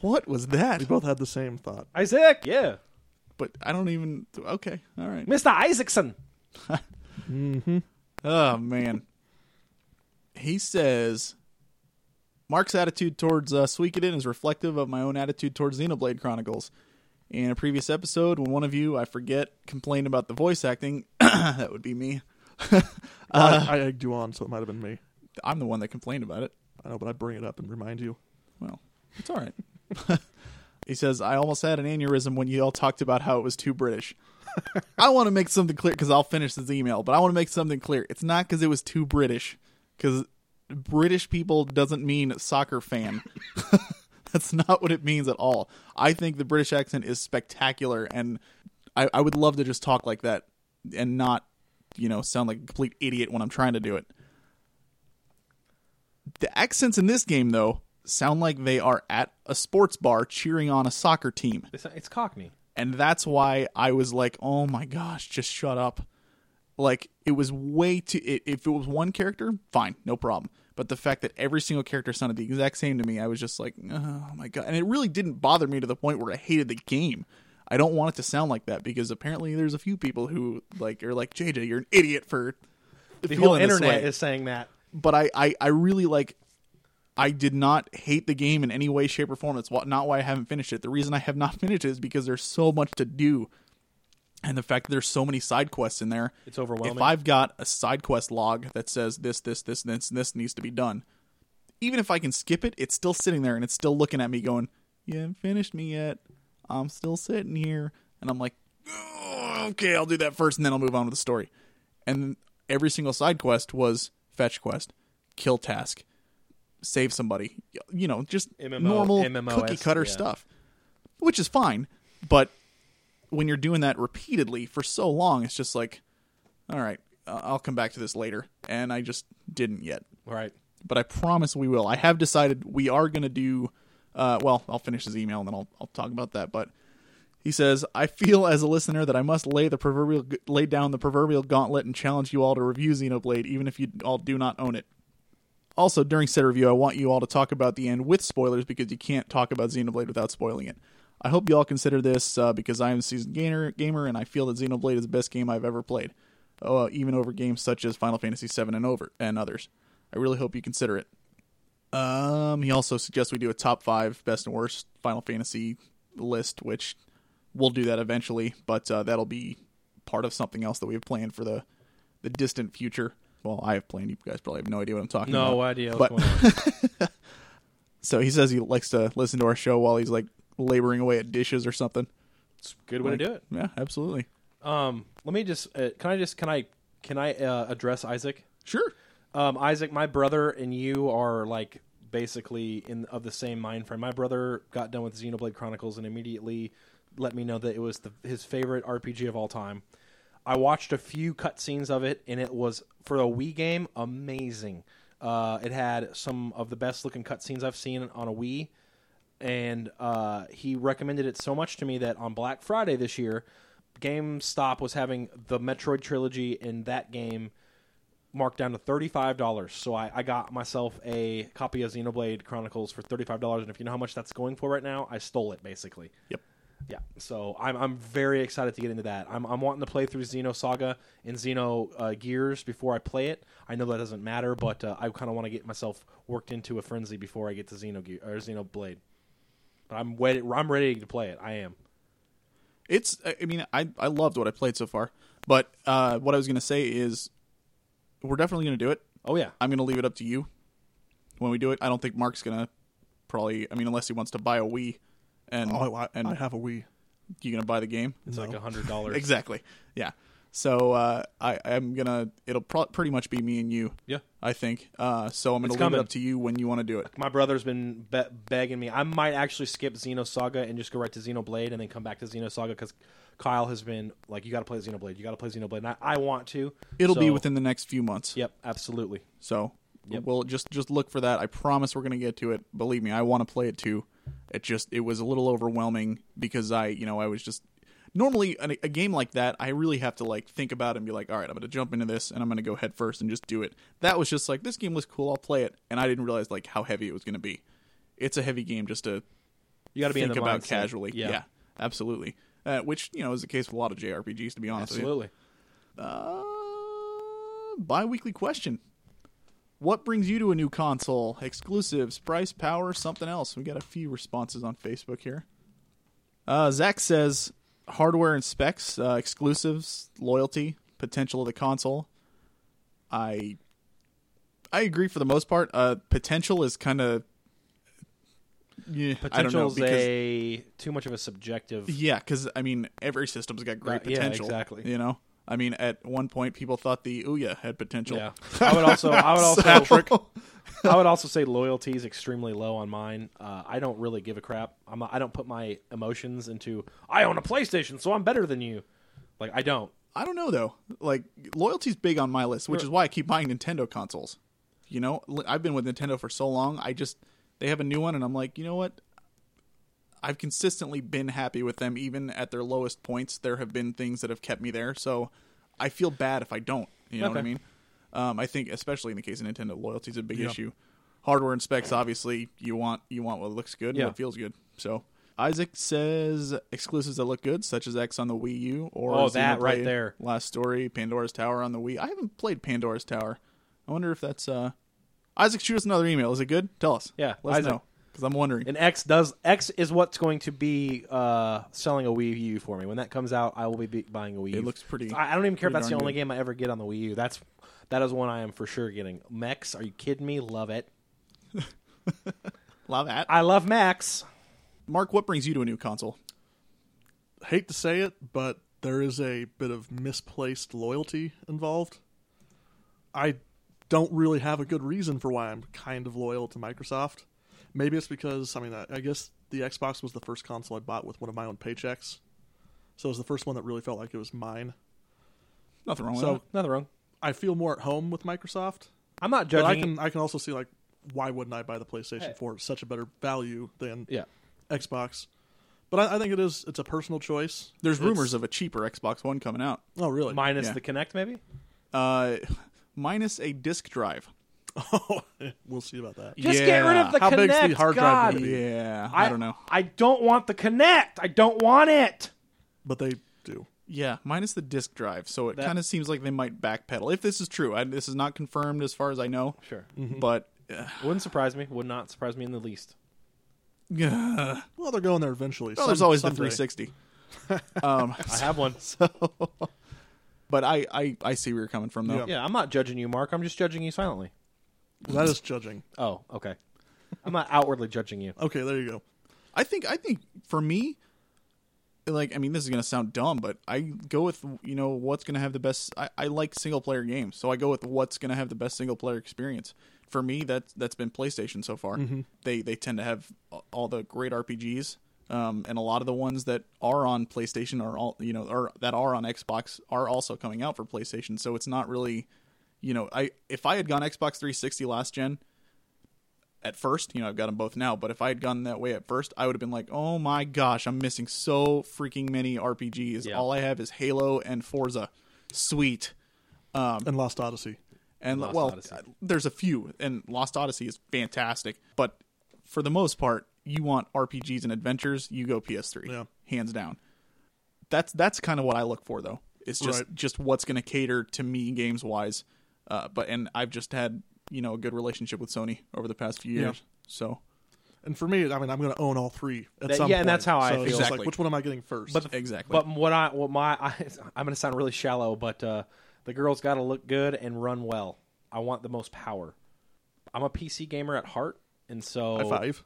S2: What was that?
S3: we both had the same thought.
S1: Isaac. Yeah,
S2: But I don't even. Okay, all right.
S1: Mr. Isaacson.
S2: Oh man. He says Mark's attitude towards uh, Suikoden is reflective of my own attitude towards Xenoblade Chronicles. In a previous episode, when one of you, I forget, complained about the voice acting, that would be me.
S1: Uh,
S3: I, I egged you on, so it might have been me.
S2: I'm the one that complained about it.
S3: I know, but I bring it up and remind you.
S2: Well, it's all right. he says, I almost had an aneurysm when you all talked about how it was too British. I want to make something clear because I'll finish this email, but I want to make something clear. It's not because it was too British, because British people doesn't mean soccer fan. That's not what it means at all. I think the British accent is spectacular, and I, I would love to just talk like that and not, you know, sound like a complete idiot when I'm trying to do it. The accents in this game, though, sound like they are at a sports bar cheering on a soccer team.
S1: It's, it's Cockney.
S2: And that's why I was like, oh my gosh, just shut up. Like, it was way too. i if it was one character, fine, no problem. But the fact that every single character sounded the exact same to me, I was just like, oh my God. And it really didn't bother me to the point where I hated the game. I don't want it to sound like that because apparently there's a few people who like are like JJ, you're an idiot for
S1: The whole
S2: feeling this
S1: internet
S2: way."
S1: is saying that.
S2: but I, I I really like I did not hate the game in any way, shape, or form. That's what, not why I haven't finished it. The reason I have not finished it is because there's so much to do, and the fact that there's so many side quests in there.
S1: It's overwhelming.
S2: If I've got a side quest log that says this, this, this, this, and this needs to be done, even if I can skip it, it's still sitting there and it's still looking at me, going, "You haven't finished me yet. I'm still sitting here," and I'm like, "Oh, "Okay, I'll do that first, and then I'll move on with the story." And every single side quest was fetch quest, kill task, save somebody. You know, just
S1: MMO
S2: normal
S1: MMOs,
S2: cookie cutter
S1: yeah.
S2: stuff, which is fine. But when you're doing that repeatedly for so long, it's just like, all right, I- I'll come back to this later. And I just didn't yet.
S1: Right.
S2: But I promise we will. I have decided we are going to do. Uh, well, I'll finish his email and then I'll, I'll talk about that. But he says, I feel as a listener that I must lay the proverbial lay down the proverbial gauntlet and challenge you all to review Xenoblade, even if you all do not own it. Also, during said review, I want you all to talk about the end with spoilers because you can't talk about Xenoblade without spoiling it. I hope y'all consider this uh, because I am a seasoned gamer, gamer and I feel that Xenoblade is the best game I've ever played, uh, even over games such as Final Fantasy VII and over and others. I really hope you consider it. Um, he also suggests we do a top five best and worst Final Fantasy list, which we'll do that eventually, but uh, that'll be part of something else that we have planned for the the distant future. Well, I have planned. You guys probably have no idea what I'm talking about.
S1: No idea what's
S2: But-
S1: going on.
S2: So he says he likes to listen to our show while he's like laboring away at dishes or something.
S1: It's a good way to do it.
S2: Yeah, absolutely.
S1: Um, let me just uh, can I just can I can I uh, address Isaac?
S2: Sure.
S1: Um, Isaac, my brother and you are like basically in of the same mind frame. My brother got done with Xenoblade Chronicles and immediately let me know that it was the, his favorite RPG of all time. I watched a few cutscenes of it, and it was for a Wii game amazing. Uh, it had some of the best looking cutscenes I've seen on a Wii and uh, he recommended it so much to me that on Black Friday this year, GameStop was having the Metroid trilogy in that game marked down to thirty-five dollars. So I, I got myself a copy of Xenoblade Chronicles for thirty-five dollars, and if you know how much that's going for right now, I stole it basically.
S2: Yep.
S1: Yeah, so I'm I'm very excited to get into that. I'm I'm wanting to play through Xeno Saga and Xeno uh, Gears before I play it. I know that doesn't matter, but uh, I kind of want to get myself worked into a frenzy before I get to Xeno Gear or Xeno Blade. But I'm ready. I'm ready to play it. I am.
S2: It's. I I mean, I I loved what I played so far, but uh, what I was gonna say is, we're definitely gonna do it.
S1: Oh yeah,
S2: I'm gonna leave it up to you when we do it. I don't think Mark's gonna probably. I mean, unless he wants to buy a Wii, and
S3: Oh, I,
S2: and
S3: I have a Wii.
S2: you gonna buy the game?
S1: it's like a hundred dollars.
S2: Exactly. Yeah. So uh, I I'm gonna. It'll pro- pretty much be me and you.
S1: Yeah.
S2: I think. Uh, so I'm gonna
S1: It's
S2: leave
S1: coming.
S2: it up to you when you want to do it.
S1: My brother's been be- begging me. I might actually skip Xeno Saga and just go right to Xeno Blade and then come back to Xeno Saga because Kyle has been like, "You got to play Xeno Blade. You got to play Xeno Blade." And I, I want to.
S2: It'll be
S1: So-
S2: within the next few months.
S1: Yep, absolutely.
S2: So
S1: Yep.
S2: we'll just just look for that. I promise we're gonna get to it. Believe me, I want to play it too. It just it was a little overwhelming because I you know I was just normally a, a game like that I really have to like think about it and be like all right I'm gonna jump into this and I'm gonna go head first and just do it. That was just like this game was cool. I'll play it and I didn't realize like how heavy it was gonna be. It's a heavy game just to
S1: You got to be
S2: think
S1: in the
S2: about
S1: mindset.
S2: casually. Yeah, absolutely. Uh, which you know is the case with a lot of JRPGs to be honest with you.
S1: absolutely.
S2: Uh, bi-weekly question. What brings you to a new console? Exclusives, price, power, something else? We got a few responses on Facebook here. Uh, Zach says hardware and specs, uh, exclusives, loyalty, potential of the console. I I agree for the most part. Uh, potential is kind of yeah, I don't know
S1: Potential's
S2: because
S1: a too much of a subjective.
S2: yeah, because I mean, every system's got great
S1: Uh, yeah,
S2: potential.
S1: exactly.
S2: You know, I mean, at one point, people thought the Ouya had potential.
S1: Yeah, I would also, I would also,
S2: Patrick.
S1: I would also say loyalty is extremely low on mine. Uh, I don't really give a crap. I'm, not- I don't put my emotions into. I own a PlayStation, so I'm better than you. Like I don't.
S2: I don't know though. Like loyalty's big on my list, which is why I keep buying Nintendo consoles. You know, L- I've been with Nintendo for so long. I just they have a new one, and I'm like, you know what? I've consistently been happy with them, even at their lowest points. There have been things that have kept me there, so I feel bad if I don't. You know what I
S1: Okay.
S2: mean? Um, I think, especially in the case of Nintendo, loyalty's a big issue. Hardware and specs, obviously, you want you want what looks good and
S1: Yeah.
S2: what feels good. So Isaac says exclusives that look good, such as X on the Wii U or
S1: Oh, that right
S2: Xenoblade
S1: there.
S2: Last story, Pandora's Tower on the Wii. I haven't played Pandora's Tower. I wonder if that's uh Isaac. Shoot us another email. Is it good? Tell us.
S1: Yeah,
S2: let us
S1: Isaac.
S2: know because I'm wondering.
S1: And X does X is what's going to be uh, selling a Wii U for me. When that comes out, I will be be buying a Wii U.
S2: It looks pretty-
S1: I, I don't even care if
S2: pretty
S1: that's the
S2: darn
S1: only
S2: good.
S1: game I ever get on the Wii U. That's that is one I am for sure getting. Mex, are you kidding me? Love it.
S2: Love that.
S1: I love Max.
S2: Mark, what brings you to a new console?
S3: Hate to say it, but there is a bit of misplaced loyalty involved. I don't really have a good reason for why I'm kind of loyal to Microsoft. Maybe it's because I mean I, I guess the Xbox was the first console I bought with one of my own paychecks, so it was the first one that really felt like it was mine.
S2: Oh, Nothing wrong with
S3: So-
S2: that.
S1: Nothing wrong.
S3: I feel more at home with Microsoft,
S1: I'm not
S3: but
S1: judging.
S3: I can I can also see like why wouldn't I buy the PlayStation
S1: Hey.
S3: for such a better value than
S1: yeah.
S3: Xbox? But I, I think it is it's a personal choice.
S2: There's
S3: It's-
S2: rumors of a cheaper Xbox One coming out,
S3: Oh really?
S1: Minus
S2: Yeah.
S1: the Connect, maybe.
S2: uh, minus a disc drive.
S3: Oh, we'll see about that.
S1: Just get rid
S2: Yeah.
S1: of the
S3: How big's the
S1: Kinect,
S3: hard
S1: God.
S3: drive gonna be?
S2: Yeah, I, don't know.
S1: I don't want the Connect. I don't want it.
S3: But they do.
S2: Yeah, minus the disk drive, so it
S1: That-
S2: kind of seems like they might backpedal. If this is true, I, this is not confirmed as far as I know,
S1: Sure.
S2: but uh,
S1: Wouldn't surprise me. Would not surprise me in the least.
S2: yeah.
S3: Well, they're going there eventually.
S2: Well,
S3: Some-
S2: there's always
S3: someday.
S2: the 360. um,
S1: I have one.
S2: but I, I I see where you're coming from though.
S3: Yeah.
S1: Yeah, I'm not judging you, Mark. I'm just judging you silently.
S3: That is judging.
S1: Oh, okay. I'm not outwardly judging you.
S3: Okay, there you go.
S2: I think I think for me, like I mean, this is gonna sound dumb, but I go with you know what's gonna have the best. I, I like single player games, so I go with what's gonna have the best single player experience. For me, that's that's been PlayStation so far. They they tend to have a- all the great RPGs, um, and a lot of the ones that are on PlayStation are all you know or that are on Xbox are also coming out for PlayStation. So it's not really, you know, I if I had gone Xbox 360 last gen, at first, you know, I've got them both now, but if I had gone that way at first, I would have been like, oh my gosh, I'm missing so freaking many RPGs.
S1: Yeah.
S2: All I have is Halo and Forza. Sweet. Um,
S3: And Lost Odyssey.
S2: And
S1: Lost
S2: well, uh,
S1: Odyssey.
S2: there's a few, and Lost Odyssey is fantastic, but for the most part, you want RPGs and adventures, you go PS3.
S3: Yeah.
S2: Hands down. That's that's kind of what I look for though. It's just
S3: Right.
S2: just what's going to cater to me games wise. Uh, but and I've just had, you know, a good relationship with Sony over the past few
S3: Yeah.
S2: years. So
S3: And for me, I mean, I'm going to own all three at
S1: That-
S3: some
S1: yeah,
S3: point.
S1: and that's how I
S3: so It's just
S2: feel.
S3: like, which one am I getting first?
S1: But the-
S2: Exactly.
S1: But what I what my I, I'm going to sound really shallow, but uh, the girl's got to look good and run well. I want the most power. I'm a PC gamer at heart, and so
S3: High five.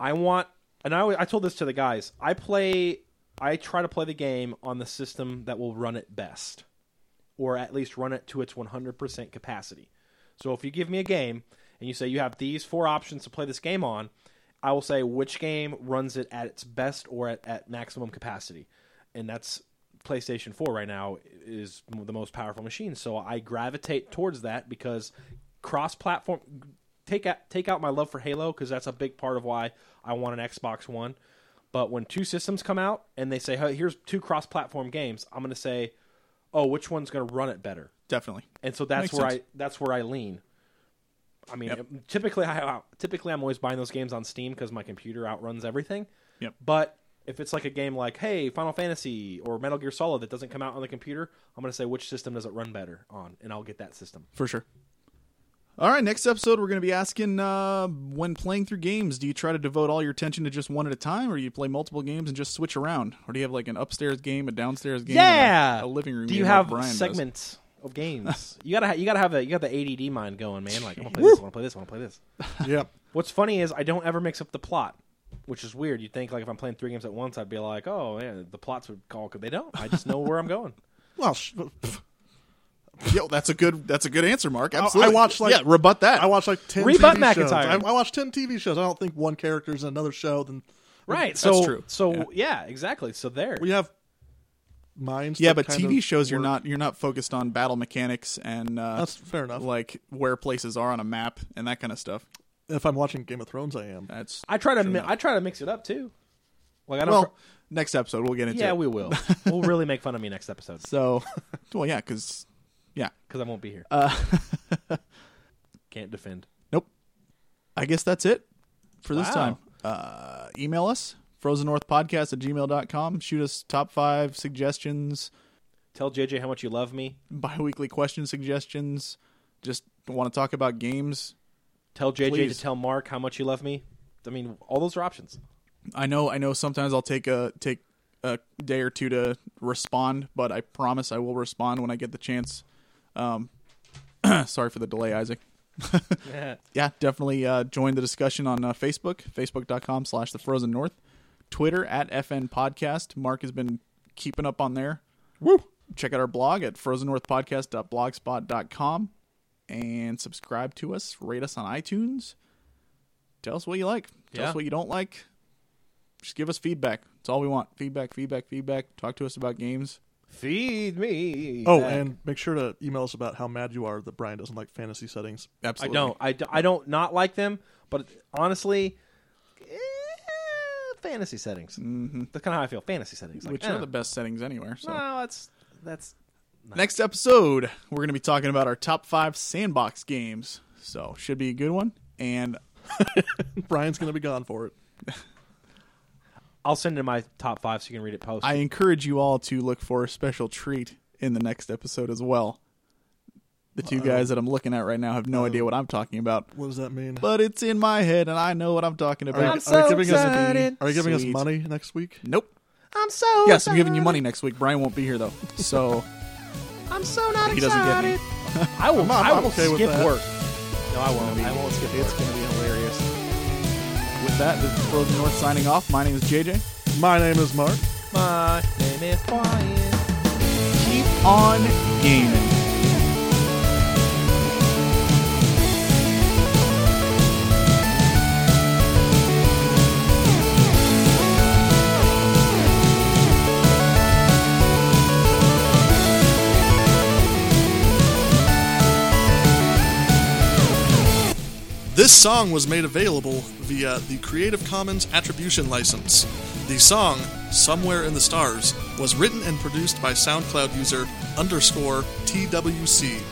S1: I want, and I, always- I told this to the guys. I play, I try to play the game on the system that will run it best, or at least run it to its 100% capacity. So if you give me a game and you say you have these four options to play this game on, I will say which game runs it at its best or at, at maximum capacity, and that's PlayStation 4 right now is the most powerful machine. So I gravitate towards that because cross-platform take out take out my love for Halo because that's a big part of why I want an Xbox One. But when two systems come out and they say, hey, "Here's two cross-platform games," I'm going to say, "Oh, which one's going to run it better?"
S2: Definitely.
S1: And so that's
S2: Makes
S1: where
S2: sense.
S1: I that's where I lean. I mean, um, typically I uh, typically I'm always buying those games on Steam because my computer outruns everything.
S2: Yep.
S1: But if it's like a game like, hey, Final Fantasy or Metal Gear Solid that doesn't come out on the computer, I'm going to say which system does it run better on, and I'll get that system.
S2: For sure. All right, next episode we're going to be asking uh, when playing through games, do you try to devote all your attention to just one at a time, or do you play multiple games and just switch around, or do you have like an upstairs game, a downstairs game, and a, a living room?
S1: Do you
S2: game like
S1: have
S2: Brian does?
S1: segments of games? you gotta ha- you gotta have a you got the ADD mind going, man. Like I want to play this, I want to play this, I want to play this.
S2: Oh.
S3: yeah.
S1: What's funny is I don't ever mix up the plot, which is weird. You'd think like if I'm playing three games at once, I'd be like, oh yeah, the plots would call. They don't. I just know where I'm going.
S3: Well, sh-
S2: Yo, that's a good that's a good answer, Mark.
S3: I
S2: Absolutely.
S3: watched like
S2: yeah, rebut that.
S3: I watched like ten
S1: Rebut
S3: TV shows.
S1: McIntyre.
S3: I, I watched ten TV shows. I don't think one character's in another show. Then
S1: Right. So
S2: That's true.
S1: so yeah. exactly. So there.
S3: we have minds.
S2: yeah,
S3: that
S2: but
S3: kind
S2: TV
S3: of
S2: shows you're
S3: work.
S2: not you're not focused on battle mechanics and uh,
S3: That's fair enough.
S2: like where places are on a map and that kind of stuff.
S3: If I'm watching Game of Thrones, I am.
S2: That's
S1: I try to mi- I try to mix it up too. Like I don't.
S2: well,
S1: tr-
S2: next episode we'll get into.
S1: yeah,
S2: it.
S1: we will. we'll really make fun of me next episode
S2: so well, yeah, because yeah,
S1: because I won't be here.
S2: Uh,
S1: Can't defend.
S2: Nope. I guess that's it for this
S1: Wow.
S2: time. Uh, email us, frozennorthpodcast at gmail.com. Shoot us top five suggestions,
S1: Tell JJ how much you love me.
S2: bi weekly question suggestions. Just want to talk about games.
S1: Tell JJ
S2: Please.
S1: to tell Mark how much you love me. I mean, all those are options.
S2: I know I know sometimes I'll take a take a day or two to respond, but I promise I will respond when I get the chance. Um, sorry for the delay, Isaac. yeah, definitely uh, join the discussion on uh, Facebook, facebook.com slash the frozen north, Twitter at FN podcast. Mark has been keeping up on there. Woo! Check out our blog at frozennorthpodcast.blogspot.com and subscribe to us, rate us on iTunes. Tell us what you like, tell
S1: Yeah.
S2: us what you don't like. Just give us feedback. It's all we want. Feedback, feedback, feedback. Talk to us about games.
S1: Feed me.
S3: Oh,
S1: back.
S3: and make sure to email us about how mad you are that Brian doesn't like fantasy settings.
S1: I
S2: Absolutely.
S1: don't. I, d- I don't not like them, but honestly, eh, fantasy settings. Mm-hmm. That's kind of how I feel. Fantasy settings. Like,
S2: Which
S1: eh,
S2: are the best settings anywhere. So.
S1: No, that's that's
S2: Next episode, we're going to be talking about our top five sandbox games. So should be a good one. And
S3: Brian's gonna be gone for it.
S1: I'll send in my top five so you can read it post.
S2: I encourage you all to look for a special treat in the next episode as well. The two guys that I'm looking at right now have no idea what I'm talking about,
S3: What does that mean?
S2: but it's in my head and I know what I'm talking
S3: Are you,
S2: about.
S3: are you
S1: so
S3: giving
S1: excited.
S3: us Are you giving
S2: Sweet.
S3: us money next week?
S2: Nope.
S1: I'm so
S2: Yes, I'm giving you money next week. Brian won't be here though, so
S1: I'm so not
S2: he doesn't get me.
S1: I will.
S3: I'm-
S1: I will
S3: I'm okay with
S1: skip
S3: that.
S1: work. No, I won't. I won't skip
S2: It's
S1: work.
S2: gonna be hilarious. With that, this is Frozen North signing off. My name is JJ.
S3: My name is Mark.
S1: My name is Brian.
S2: Keep on gaming.
S3: This song was made available via the Creative Commons Attribution License. The song, Somewhere in the Stars, was written and produced by SoundCloud user underscore TWC.